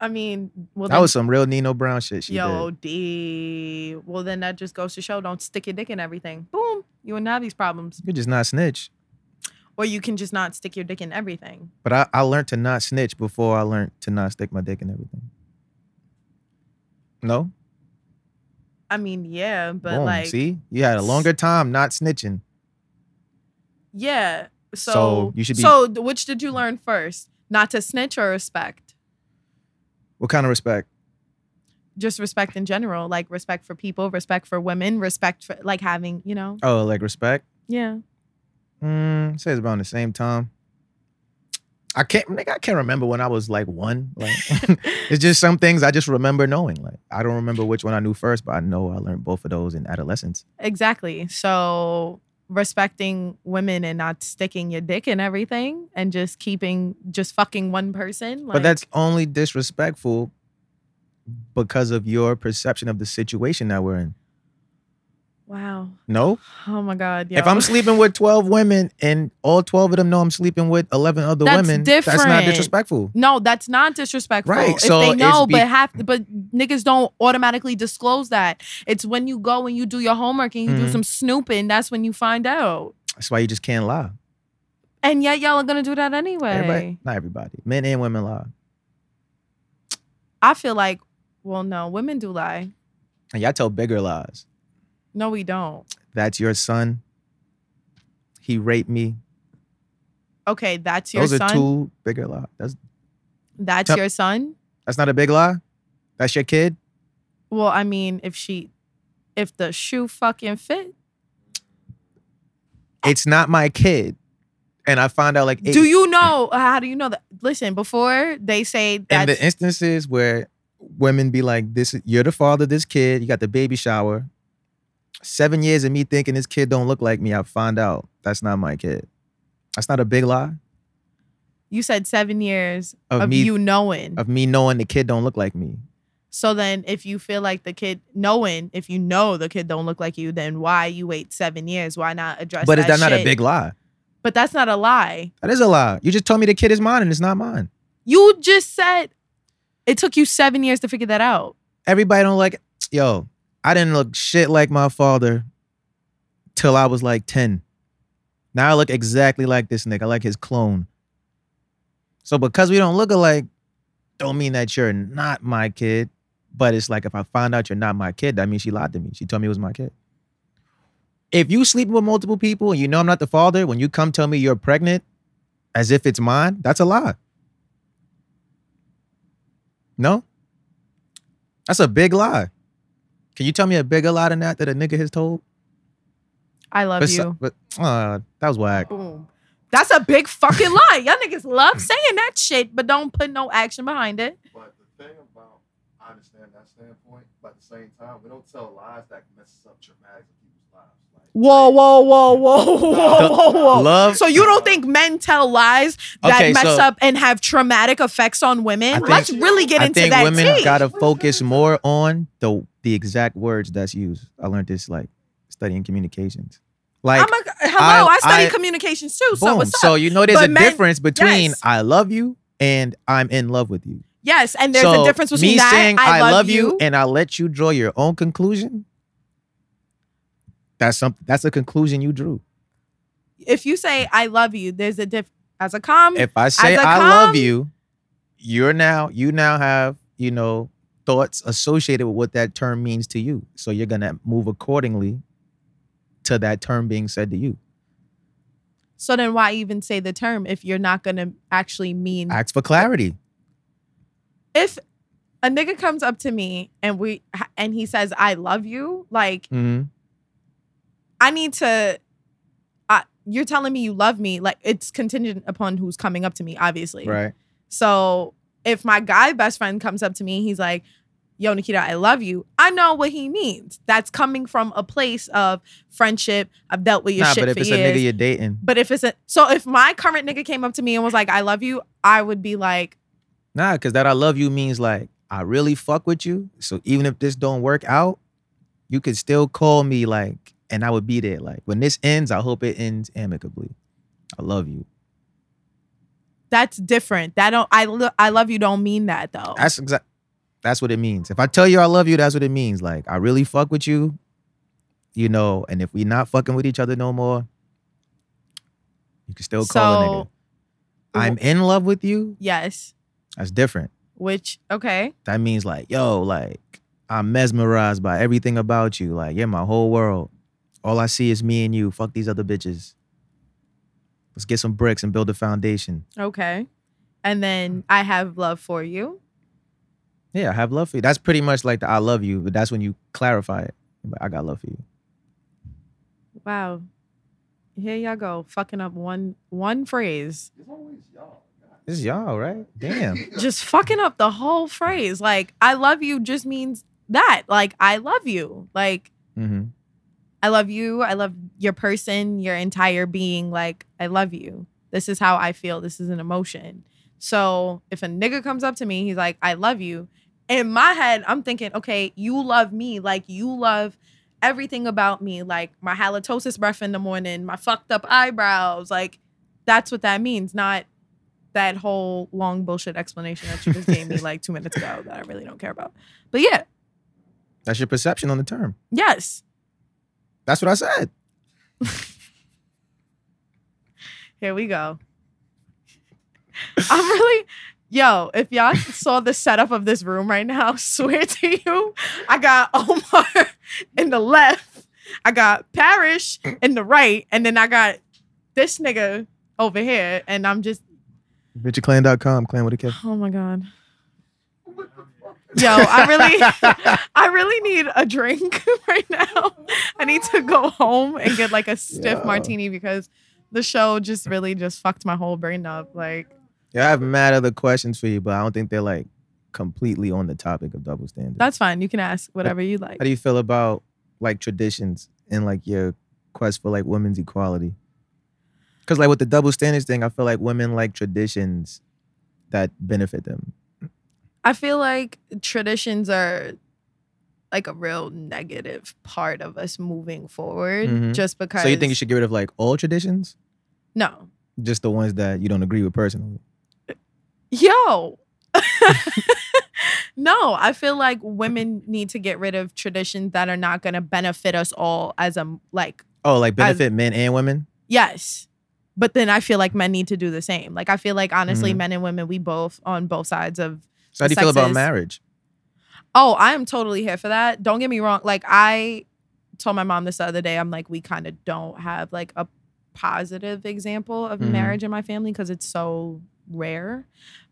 Speaker 1: I mean, well,
Speaker 2: That
Speaker 1: then-
Speaker 2: was some real Nino Brown shit she
Speaker 1: Yo,
Speaker 2: did.
Speaker 1: D. Well, then that just goes to show don't stick your dick in everything. Boom. You wouldn't have these problems.
Speaker 2: You could just not snitch.
Speaker 1: Or you can just not stick your dick in everything.
Speaker 2: But I, I learned to not snitch before I learned to not stick my dick in everything. No?
Speaker 1: I mean, yeah, but
Speaker 2: Boom.
Speaker 1: like,
Speaker 2: See? You had a longer time not snitching.
Speaker 1: yeah. So,
Speaker 2: So, you should be-
Speaker 1: So, th- which did you learn first? Not to snitch or respect?
Speaker 2: What kind of respect?
Speaker 1: Just respect in general, like respect for people, respect for women, respect for like having, you know?
Speaker 2: Oh, like respect?
Speaker 1: Yeah.
Speaker 2: Mm, say it's about the same time. I can't nigga, I can't remember when I was like one. Like [LAUGHS] it's just some things I just remember knowing. Like I don't remember which one I knew first, but I know I learned both of those in adolescence.
Speaker 1: Exactly. So, respecting women and not sticking your dick in everything and just keeping just fucking one person.
Speaker 2: but that's only disrespectful because of your perception of the situation that we're in.
Speaker 1: wow.
Speaker 2: No?
Speaker 1: Oh my god.
Speaker 2: If
Speaker 1: yo.
Speaker 2: I'm sleeping with 12 women and all 12 of them know I'm sleeping with 11 other
Speaker 1: That's
Speaker 2: women, that's not
Speaker 1: different.
Speaker 2: disrespectful.
Speaker 1: No, that's not disrespectful.
Speaker 2: Right,
Speaker 1: If
Speaker 2: so
Speaker 1: they
Speaker 2: it's
Speaker 1: know,
Speaker 2: be-
Speaker 1: but have but niggas don't automatically disclose that. It's when you go and you do your homework and you do
Speaker 2: Mhm.
Speaker 1: some snooping, that's when you find out.
Speaker 2: That's why you just can't lie.
Speaker 1: And yet y'all are gonna do that anyway.
Speaker 2: Everybody, not everybody. Men and women lie.
Speaker 1: I feel like, well, no, women do lie.
Speaker 2: And y'all tell bigger lies.
Speaker 1: No, we don't.
Speaker 2: That's your son. He raped me.
Speaker 1: Okay, that's your
Speaker 2: Those
Speaker 1: son.
Speaker 2: are two bigger lies. That's
Speaker 1: that's
Speaker 2: Tell-
Speaker 1: your son.
Speaker 2: that's not a big lie. That's your kid.
Speaker 1: Well, I mean, if she, if the shoe fucking fit,
Speaker 2: It's not my kid. And I found out like eight,
Speaker 1: do you know? How do you know that? Listen, before they say
Speaker 2: in
Speaker 1: that,
Speaker 2: the instances where women be like, "This, you're the father of this kid. You got the baby shower." Seven years of me thinking this kid don't look like me. I find out that's not my kid. That's not a big lie
Speaker 1: you said seven years
Speaker 2: of,
Speaker 1: of
Speaker 2: me
Speaker 1: you knowing.
Speaker 2: of me knowing the kid don't look like me.
Speaker 1: So then, if you feel like the kid knowing, if you know the kid don't look like you, then why you wait seven years? Why not address?
Speaker 2: but is that not a
Speaker 1: shit?
Speaker 2: big lie?
Speaker 1: But that's not a lie.
Speaker 2: That is a lie. You just told me the kid is mine and it's not mine.
Speaker 1: You just said it took you seven years to figure that out.
Speaker 2: everybody don't like yo i didn't look shit like my father till i was like 10 now i look exactly like this nigga I like his clone so because we don't look alike don't mean that you're not my kid but it's like if i find out you're not my kid that means she lied to me she told me it was my kid if you sleeping with multiple people and you know i'm not the father when you come tell me you're pregnant as if it's mine that's a lie no that's a big lie. Can you tell me a bigger lie than that that a nigga has told?
Speaker 1: I love
Speaker 2: Besi-
Speaker 1: you.
Speaker 2: But, uh, that was whack.
Speaker 1: Boom. That's a big fucking lie. Y'all niggas love saying that shit, but don't put no action behind it.
Speaker 3: But the thing about, I understand that standpoint, but at the same time, we don't tell lies that messes up dramatically people's lives. Like,
Speaker 1: Whoa, whoa, whoa, whoa, whoa, whoa, whoa. [LAUGHS]
Speaker 2: Love-
Speaker 1: so you don't think men tell lies that
Speaker 2: Okay,
Speaker 1: mess
Speaker 2: so-
Speaker 1: up and have traumatic effects on women?
Speaker 2: I think-
Speaker 1: Let's really get
Speaker 2: I
Speaker 1: into
Speaker 2: think
Speaker 1: that
Speaker 2: women
Speaker 1: tea.
Speaker 2: gotta focus more on the the exact words that's used. I learned this like studying communications. Like,
Speaker 1: I'm a, hello, I,
Speaker 2: I-
Speaker 1: study
Speaker 2: I-
Speaker 1: communications too. so
Speaker 2: boom.
Speaker 1: what's up?
Speaker 2: So you know, there's
Speaker 1: But
Speaker 2: a
Speaker 1: men-
Speaker 2: difference between
Speaker 1: yes.
Speaker 2: I love you and I'm in love with you.
Speaker 1: yes, and there's
Speaker 2: so
Speaker 1: a difference between
Speaker 2: me
Speaker 1: that.
Speaker 2: saying
Speaker 1: I, love,
Speaker 2: you and I let you draw your own conclusion. That's something. That's a conclusion you drew.
Speaker 1: if you say I love you, there's a diff as a com.
Speaker 2: if I say
Speaker 1: a
Speaker 2: I love
Speaker 1: com-
Speaker 2: you, you're now you now have you know thoughts associated with what that term means to you. So you're gonna move accordingly to that term being said to you.
Speaker 1: Mm-hmm. so then why even say the term if you're not gonna actually mean
Speaker 2: Ask for clarity.
Speaker 1: if a nigga comes up to me and we and he says I love you, like
Speaker 2: Mm-hmm.
Speaker 1: I need to. I, you're telling me you love me, like it's contingent upon who's coming up to me, obviously.
Speaker 2: Right.
Speaker 1: So if my guy best friend comes up to me, he's like, "Yo, Nikita, I love you." I know what he means. That's coming from a place of friendship. I've dealt with your
Speaker 2: Nah,
Speaker 1: shit
Speaker 2: but if
Speaker 1: for
Speaker 2: it's
Speaker 1: years.
Speaker 2: a nigga you're dating,
Speaker 1: but if it's a so if my current nigga came up to me and was like, "I love you," I would be like,
Speaker 2: nah, because that I love you means like I really fuck with you. So even if this don't work out, you could still call me like, and I would be there. Like when this ends, I hope it ends amicably. I love you.
Speaker 1: "That's different. That don't I lo- I love you." Don't mean that though.
Speaker 2: That's exact. That's what it means. If I tell you I love you, that's what it means. Like I really fuck with you, you know. And if we not fucking with each other no more, you can still call a nigga.
Speaker 1: So-
Speaker 2: I'm in love with you.
Speaker 1: yes.
Speaker 2: That's different.
Speaker 1: Which okay.
Speaker 2: That means like, yo, like I'm mesmerized by everything about you. Like you're my whole world. All I see is me and you. Fuck these other bitches. Let's get some bricks and build a foundation.
Speaker 1: Okay. And then I have love for you.
Speaker 2: Yeah, I have love for you. That's pretty much like the I love you, but that's when you clarify it. Like, I got love for you.
Speaker 1: Wow. Here y'all go, fucking up one one phrase.
Speaker 3: It's always y'all. God.
Speaker 2: This is y'all,
Speaker 3: [LAUGHS]
Speaker 2: right? Damn.
Speaker 1: [LAUGHS] Just fucking up the whole phrase. Like, I love you just means that. Like, I love you. Like,
Speaker 2: mm-hmm.
Speaker 1: I love you. I love your person, your entire being, like, I love you. This is how I feel. This is an emotion. So if a nigga comes up to me, he's like, I love you. In my head, I'm thinking, okay, you love me. Like, you love everything about me. Like, my halitosis breath in the morning, my fucked up eyebrows. Like, that's what that means, not that whole long bullshit explanation that you just gave me like two minutes ago that I really don't care about. But yeah,
Speaker 2: That's your perception on the term.
Speaker 1: yes.
Speaker 2: That's what I said.
Speaker 1: Here we go. I'm really, yo, if y'all saw the setup of this room right now, [LAUGHS] swear to you, I got Omar [LAUGHS] in the left, I got Parrish in the right, and then I got this nigga over here, and I'm just,
Speaker 2: VentureClan.com, clan with a K.
Speaker 1: oh my God. Yo, I really, [LAUGHS] I really need a drink [LAUGHS] right now. I need to go home and get like a stiff
Speaker 2: Yo.
Speaker 1: martini because the show just really just fucked my whole brain up. Like,
Speaker 2: Yeah, I have mad other questions for you, but I don't think they're like completely on the topic of double standards.
Speaker 1: That's fine. You can ask whatever you like.
Speaker 2: How do you feel about like traditions and like your quest for like women's equality? Because like with the double standards thing, I feel like women like traditions that benefit them.
Speaker 1: I feel like traditions are like a real negative part of us moving forward
Speaker 2: Mhm.
Speaker 1: just because
Speaker 2: So you think you should get rid of like all traditions,
Speaker 1: No.
Speaker 2: just the ones that you don't agree with personally?
Speaker 1: Yo. [LAUGHS] no, I feel like women need to get rid of traditions that are not going to benefit us all as a like
Speaker 2: Oh, like benefit men and women.
Speaker 1: Yes. But then I feel like men need to do the same. Like I feel like honestly
Speaker 2: Mhm.
Speaker 1: men and women we both on both sides of
Speaker 2: So how do you
Speaker 1: The
Speaker 2: feel about
Speaker 1: sexes.
Speaker 2: marriage?
Speaker 1: Oh, I am totally here for that. Don't get me wrong. Like I told my mom this the other day. I'm like, we kind of don't have like a positive example of
Speaker 2: Mhm.
Speaker 1: marriage in my family because it's so rare.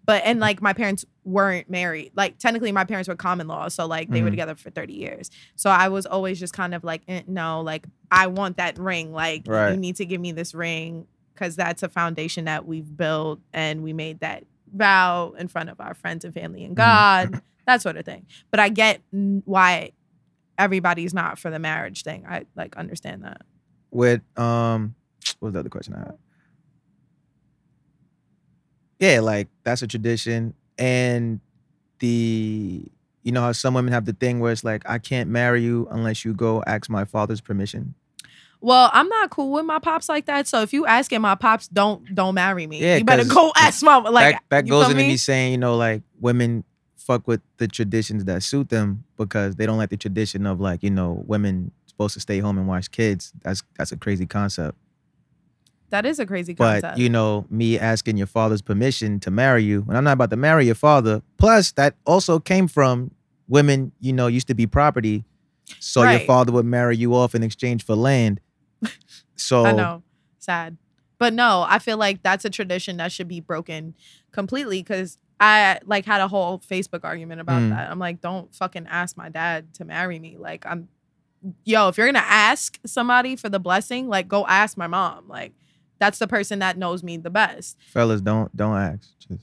Speaker 1: But and like my parents weren't married. Like technically my parents were common law. So like they were
Speaker 2: Mhm.
Speaker 1: together for 30 years. So I was always just kind of like, eh, no, like I want that ring. Like you
Speaker 2: Right.
Speaker 1: need to give me this ring because that's a foundation that we've built and we made that vow in front of our friends and family and
Speaker 2: Mhm.
Speaker 1: God, that sort of thing. But I get mm, why everybody's not for the marriage thing. I like understand that.
Speaker 2: With um, what was the other question I had? Yeah, like that's a tradition, and the you know how some women have the thing where it's like I can't marry you unless you go ask my father's permission.
Speaker 1: Well, I'm not cool with my pops like that. So if you asking my pops, don't don't marry me.
Speaker 2: Yeah,
Speaker 1: you better
Speaker 2: 'cause
Speaker 1: go [LAUGHS] ask mom. Like
Speaker 2: that that
Speaker 1: you
Speaker 2: goes
Speaker 1: feel
Speaker 2: into me?
Speaker 1: me?
Speaker 2: saying you know like women fuck with the traditions that suit them because they don't like the tradition of like you know women supposed to stay home and watch kids. That's that's a crazy concept.
Speaker 1: that is a crazy concept.
Speaker 2: But you know, me asking your father's permission to marry you, and I'm not about to marry your father. Plus, that also came from women, you know, used to be property, so
Speaker 1: Right.
Speaker 2: your father would marry you off in exchange for
Speaker 1: [LAUGHS]
Speaker 2: land. So
Speaker 1: I know. Sad. But no, I feel like that's a tradition that should be broken completely because I like had a whole Facebook argument about
Speaker 2: Mm.
Speaker 1: that. I'm like, don't fucking ask my dad to marry me. Like I'm yo, if you're gonna ask somebody for the blessing, like go ask my mom. Like that's the person that knows me the best.
Speaker 2: fellas, don't don't ask. Just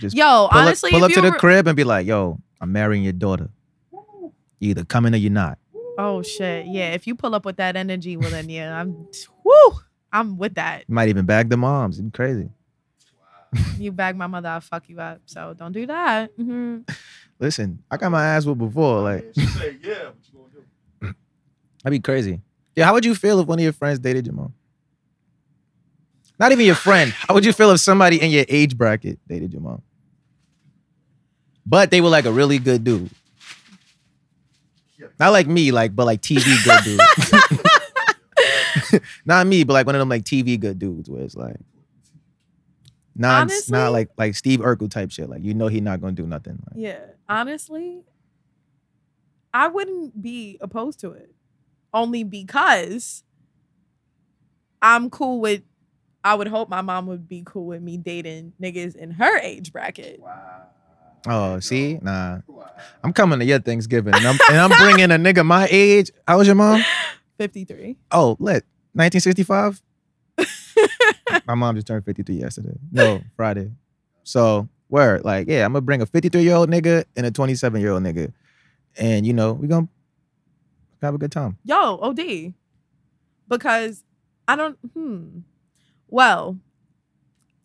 Speaker 2: just
Speaker 1: Yo,
Speaker 2: pull
Speaker 1: honestly,
Speaker 2: up, pull
Speaker 1: if
Speaker 2: up to
Speaker 1: you
Speaker 2: the
Speaker 1: were-
Speaker 2: crib and be like, "Yo, I'm marrying your daughter. You either coming or you're not."
Speaker 1: oh shit, yeah. If you pull up with that energy, well then yeah, I'm woo, I'm with that.
Speaker 2: You might even bag the moms. It's crazy.
Speaker 1: You bag my mother, I'll fuck you up. So don't do that. hmm
Speaker 2: Listen, I got my ass whooped before. Like
Speaker 3: she say, yeah, what you gonna do?
Speaker 2: That'd be crazy. Yeah, how would you feel if one of your friends dated your mom? Not even your friend. How would you feel if somebody in your age bracket dated your mom? But they were like a really good dude. Not like me, like but like TV good dude. [LAUGHS] Not me, but like one of them like TV good dudes where it's like not
Speaker 1: Honestly?
Speaker 2: not like like Steve Urkel type shit. Like you know he not gonna do nothing. Like,
Speaker 1: Yeah, honestly, I wouldn't be opposed to it, only because I'm cool with. I would hope my mom would be cool with me dating niggas in her age bracket.
Speaker 3: Wow.
Speaker 2: oh, see, nah.
Speaker 3: Wow.
Speaker 2: I'm coming to your Thanksgiving and I'm and I'm bringing a nigga my age. How was your mom?
Speaker 1: 53.
Speaker 2: Oh, lit. 1965. My mom just turned 53 yesterday. No, Friday. So, word. Like, yeah, I'm going to bring a 53 year old nigga and a 27 year old nigga. And, you know, we going to have a good time.
Speaker 1: Yo, OD. because I don't. Hmm. Well,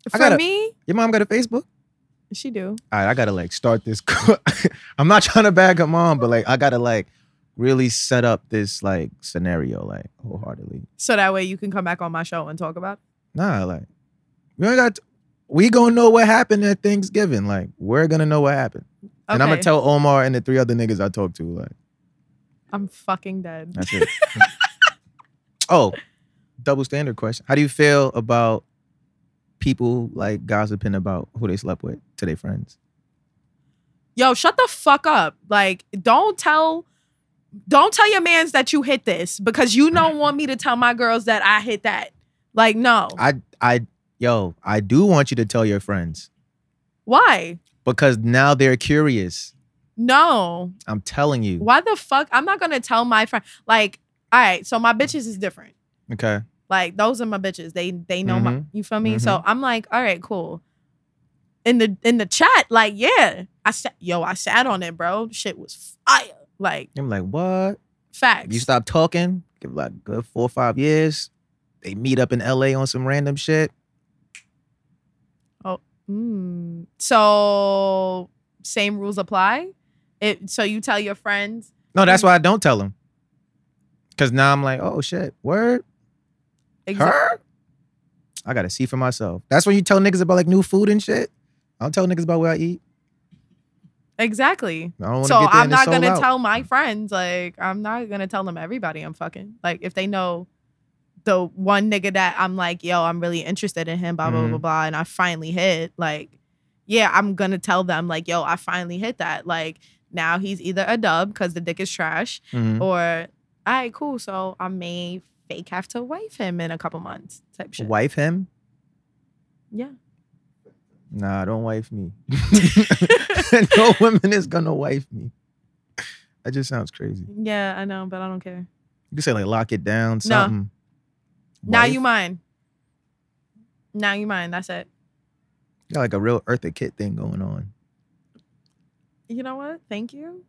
Speaker 2: I
Speaker 1: for
Speaker 2: gotta-
Speaker 1: me,
Speaker 2: Your mom got a Facebook?
Speaker 1: she do.
Speaker 2: All right, I gotta like start this. [LAUGHS] co- I'm not trying to bag her mom, but like I gotta like really set up this like scenario like wholeheartedly.
Speaker 1: So that way you can come back on my show and talk about. It.
Speaker 2: Nah, like we ain't got. we gonna know what happened at Thanksgiving. Like we're gonna know what happened, and I'm gonna
Speaker 1: Okay.
Speaker 2: tell Omar and the three other niggas I talked to. Like
Speaker 1: I'm fucking dead.
Speaker 2: that's it. [LAUGHS] oh, double standard question. How do you feel about people like gossiping about who they slept with to their friends?
Speaker 1: Yo, shut the fuck up. Like, don't tell. Don't tell your mans that you hit this because you don't want me to tell my girls that I hit that. Like, no.
Speaker 2: I I yo, I do want you to tell your friends.
Speaker 1: Why?
Speaker 2: because now they're curious.
Speaker 1: No.
Speaker 2: I'm telling you.
Speaker 1: Why the fuck? I'm not gonna tell my friend. Like, all right, so my bitches is different.
Speaker 2: Okay.
Speaker 1: Like, those are my bitches. They they know my.
Speaker 2: Mhm.
Speaker 1: You feel me? So I'm like, all right, cool. In the in the chat, like, yeah, I sat. Yo, I sat on it, bro. Shit was fire. Like,
Speaker 2: I'm like, what?
Speaker 1: facts.
Speaker 2: You stop talking, give like a good four or five years. They meet up in LA on some random shit.
Speaker 1: Mm. So same rules apply. It so you tell your friends.
Speaker 2: No,
Speaker 1: Mm.
Speaker 2: that's why I don't tell them. Cause now I'm like, oh shit, word,
Speaker 1: exa-
Speaker 2: her? I gotta see for myself. That's when you tell niggas about like new food and shit. I don't tell niggas about what I eat.
Speaker 1: Exactly.
Speaker 2: I don't want to
Speaker 1: So
Speaker 2: get there
Speaker 1: I'm
Speaker 2: and it's
Speaker 1: not
Speaker 2: sold
Speaker 1: gonna
Speaker 2: out.
Speaker 1: tell my friends. Like I'm not gonna tell them everybody I'm fucking. Like if they know the one nigga that I'm like, yo, I'm really interested in him, blah blah blah
Speaker 2: Mhm.
Speaker 1: blah, and I finally hit. Like, yeah, I'm gonna tell them like, yo, I finally hit that. Like now he's either a dub because the dick is trash,
Speaker 2: Mhm.
Speaker 1: or all right, cool. So I may fake have to wife him in a couple months type shit.
Speaker 2: Wife him?
Speaker 1: Yeah.
Speaker 2: Nah, don't
Speaker 1: [LAUGHS]
Speaker 2: wife me. [LAUGHS] no woman is gonna wife me. That just sounds crazy.
Speaker 1: Yeah, I know, but I don't care.
Speaker 2: You could say like lock it down, something.
Speaker 1: Now you
Speaker 2: might
Speaker 1: mine. Now you mine. That's it.
Speaker 2: got like a real Eartha Kit thing going on.
Speaker 1: You know what? Thank you.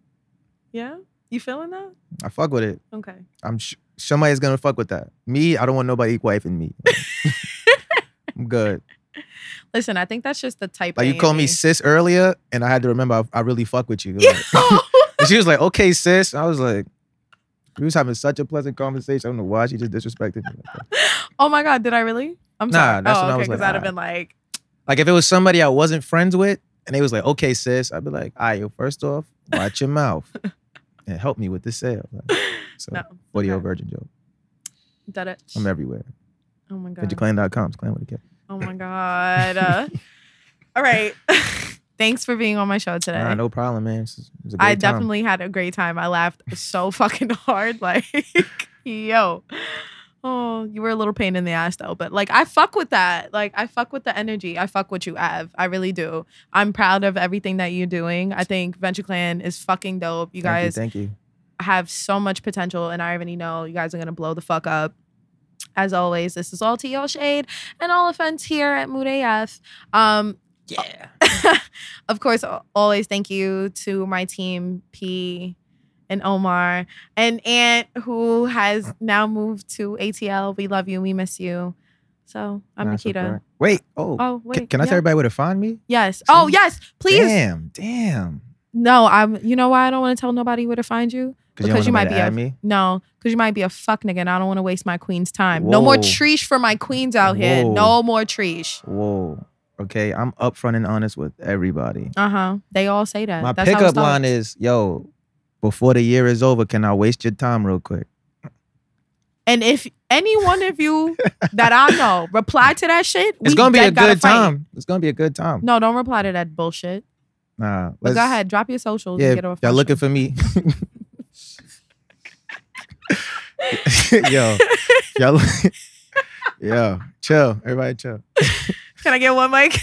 Speaker 1: Yeah. You feeling that?
Speaker 2: I fuck with it.
Speaker 1: Okay.
Speaker 2: I'm sh- somebody's gonna fuck with that. Me, I don't want nobody wifing me.
Speaker 1: [LAUGHS]
Speaker 2: I'm good.
Speaker 1: Listen, I think that's just the type.
Speaker 2: Like
Speaker 1: A
Speaker 2: Oh, you
Speaker 1: in
Speaker 2: called [LAUGHS] me sis earlier, and I had to remember I, I really fuck with you.
Speaker 1: [LAUGHS] Yo!
Speaker 2: Like- [LAUGHS] and she was like, "Okay, sis." And I was like, "We was having such a pleasant conversation. I don't know why she just disrespected me." Like, that.
Speaker 1: oh my God, did I really? I'm
Speaker 2: Nah,
Speaker 1: sorry.
Speaker 2: that's
Speaker 1: oh,
Speaker 2: when I
Speaker 1: okay,
Speaker 2: was like, uh,
Speaker 1: Because I'd have
Speaker 2: alright.
Speaker 1: been like,
Speaker 2: Like, if it was somebody I wasn't friends with, and they was like, "Okay, sis," I'd be like, "All right, yo, first off, watch your
Speaker 1: [LAUGHS]
Speaker 2: mouth, and help me with the sale." Like, so,
Speaker 1: no.
Speaker 2: audio
Speaker 1: okay.
Speaker 2: virgin joke.
Speaker 1: Did it?
Speaker 2: I'm everywhere.
Speaker 1: Oh my God.
Speaker 2: VegGieClan.com. It's Clan with a K.
Speaker 1: Oh my God. Uh, [LAUGHS] all right. [LAUGHS] Thanks for being on my show today.
Speaker 2: Nah, no problem, man. It's, it's a great
Speaker 1: I
Speaker 2: time.
Speaker 1: definitely had a great time. I laughed so [LAUGHS] fucking hard. Like, yo. Oh, you were a little pain in the ass though. But like I fuck with that. Like I fuck with the energy. I fuck with you, Av. I really do. I'm proud of everything that you're doing. I think Venture Clan is fucking dope. You
Speaker 2: Thank
Speaker 1: guys
Speaker 2: Thank you.
Speaker 1: have so much potential and I already know you guys are gonna blow the fuck up. As always, this is all TL Shade and all offense here at Mood AF. Um,
Speaker 2: Yeah.
Speaker 1: [LAUGHS] of course, al- always thank you to my team, P and Omar, and Aunt, who has now moved to ATL. We love you. We miss you. So I'm Nikita.
Speaker 2: Wait. Oh.
Speaker 1: Oh, wait.
Speaker 2: ca- can I
Speaker 1: yeah.
Speaker 2: tell everybody where to find me?
Speaker 1: Yes. Oh,
Speaker 2: Some-
Speaker 1: yes. Please.
Speaker 2: Damn. Damn.
Speaker 1: No, I'm. You know why I don't want to tell nobody where to find you?
Speaker 2: don't
Speaker 1: Because
Speaker 2: want
Speaker 1: you might
Speaker 2: nobody
Speaker 1: be
Speaker 2: to
Speaker 1: a-
Speaker 2: add me.
Speaker 1: No, because you might be a fuck nigga, and I don't want to waste my queen's time. No more
Speaker 2: Whoa.
Speaker 1: treesh for my queens out here.
Speaker 2: Whoa.
Speaker 1: No more treesh.
Speaker 2: Whoa. Okay. I'm upfront and honest with everybody.
Speaker 1: Uh huh. They all say that.
Speaker 2: My
Speaker 1: That's how it
Speaker 2: pickup
Speaker 1: starts.
Speaker 2: line is, "Yo, before the year is over, can I waste your time real quick?"
Speaker 1: And if any one of
Speaker 2: [LAUGHS]
Speaker 1: you that I know reply to that shit,
Speaker 2: it's
Speaker 1: we
Speaker 2: gonna be a
Speaker 1: dead gotta
Speaker 2: good
Speaker 1: fight.
Speaker 2: time. It's gonna be a good time.
Speaker 1: No, don't reply to that bullshit.
Speaker 2: Nah.
Speaker 1: But
Speaker 2: let's-
Speaker 1: go ahead, drop your socials
Speaker 2: Yeah.
Speaker 1: and
Speaker 2: if
Speaker 1: get off.
Speaker 2: y'all
Speaker 1: my
Speaker 2: looking for me? [LAUGHS] Yo. Y'all. [LAUGHS] Yo. Chill. Everybody, chill.
Speaker 1: show. [LAUGHS] Can I get one mic?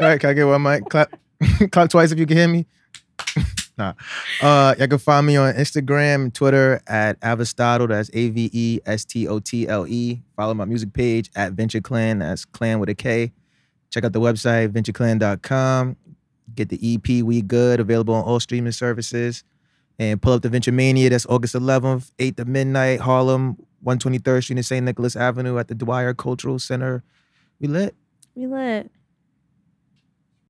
Speaker 2: All right, can I get one mic? Clap, [LAUGHS] clap twice if you can hear me. [LAUGHS] nah. Uh, y'all can find me on Instagram, Twitter at Avestottle. That's A V E S T O T L E. Follow my music page at Venture Clan. That's Clan with a K. Check out the website, ventureclan.com. Get the EP We Good, available on all streaming services. And pull up the Venture Mania. That's August 11th, 8 to midnight, Harlem. 123rd Street and St. Nicholas Avenue at the Dwyer Cultural Center. We lit.
Speaker 1: We lit.